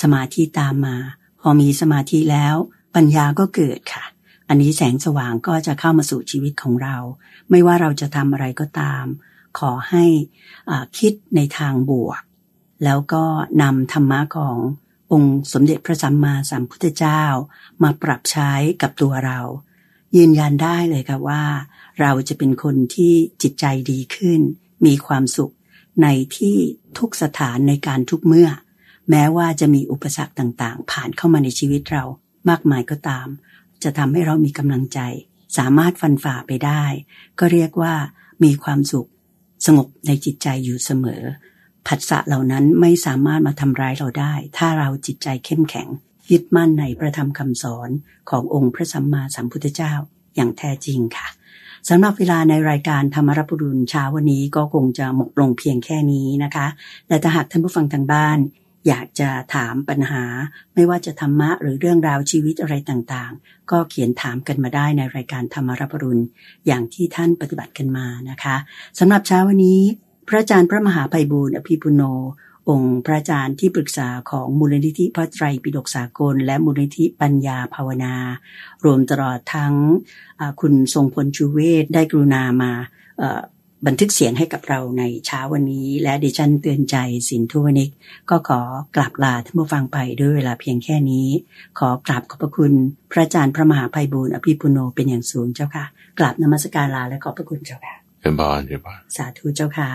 Speaker 1: สมาธิตามมา พอมีสมาธิแล้ว ปัญญาก็เกิดค่ะ อันนี้แสงสว่างก็จะเข้ามาสู่ชีวิตของเรา ไม่ว่าเราจะทำอะไรก็ตาม ขอให้อ่าคิดในทางบวก แล้วก็นำธรรมะขององค์สมเด็จพระสัมมาสัมพุทธเจ้า มาปรับใช้กับตัวเรา ยืนยันได้เลยค่ะว่า เราจะเป็นคนที่จิตใจดีขึ้น มีความสุขในที่ทุกสถานในการทุกเมื่อ แม้ว่าจะมีอุปสรรคต่างๆ ผ่านเข้ามาในชีวิตเรามากมายก็ตาม จะทำให้เรามีกำลังใจ สามารถฟันฝ่าไปได้ ก็เรียกว่ามีความสุข สงบในจิตใจอยู่เสมอ ผัสสะเหล่านั้นไม่สามารถมาทำร้ายเราได้ ถ้าเราจิตใจเข้มแข็ง ยึดมั่นในพระธรรมคำสอนขององค์พระสัมมาสัมพุทธเจ้าอย่างแท้จริงค่ะสำหรับเวลาในรายการธรรมรับปรุณเช้าวันนี้ก็คงจะหมดลงเพียงแค่นี้นะคะ และถ้าหากท่านผู้ฟังทางบ้าน อยากจะถามปัญหา ไม่ว่าจะธรรมะหรือเรื่องราวชีวิตอะไรต่างๆ ก็เขียนถามกันมาได้ในรายการธรรมรับปรุณอย่างที่ท่านปฏิบัติกันมานะคะสำหรับเช้าวันนี้ พระอาจารย์พระมหาไพบูลย์อภิปุโน องค์พระอาจารย์ที่ปรึกษาของมูลนิธิพระไตรปิฎกสากล และมูลนิธิปัญญาภาวนา รวมตลอดทั้งอ่าคุณทรงพลชูเวศได้กรุณามาเอ่อบันทึกเสียงให้กับเราในเช้าวันนี้ และดิฉันเตือนใจสินทุวนิก ก็ขอกลับลาท่านผู้ฟังไปด้วยเวลาเพียงแค่นี้ ขอกราบขอบพระคุณพระอาจารย์พระมหาไพบูลย์อภิปุโนเป็นอย่างสูงเจ้าค่ะกราบนมัสการลาและขอบพระคุณเจ้าค่ะ
Speaker 2: เรียนบอลเรียนบอล
Speaker 1: สาธุเจ้าค่ะ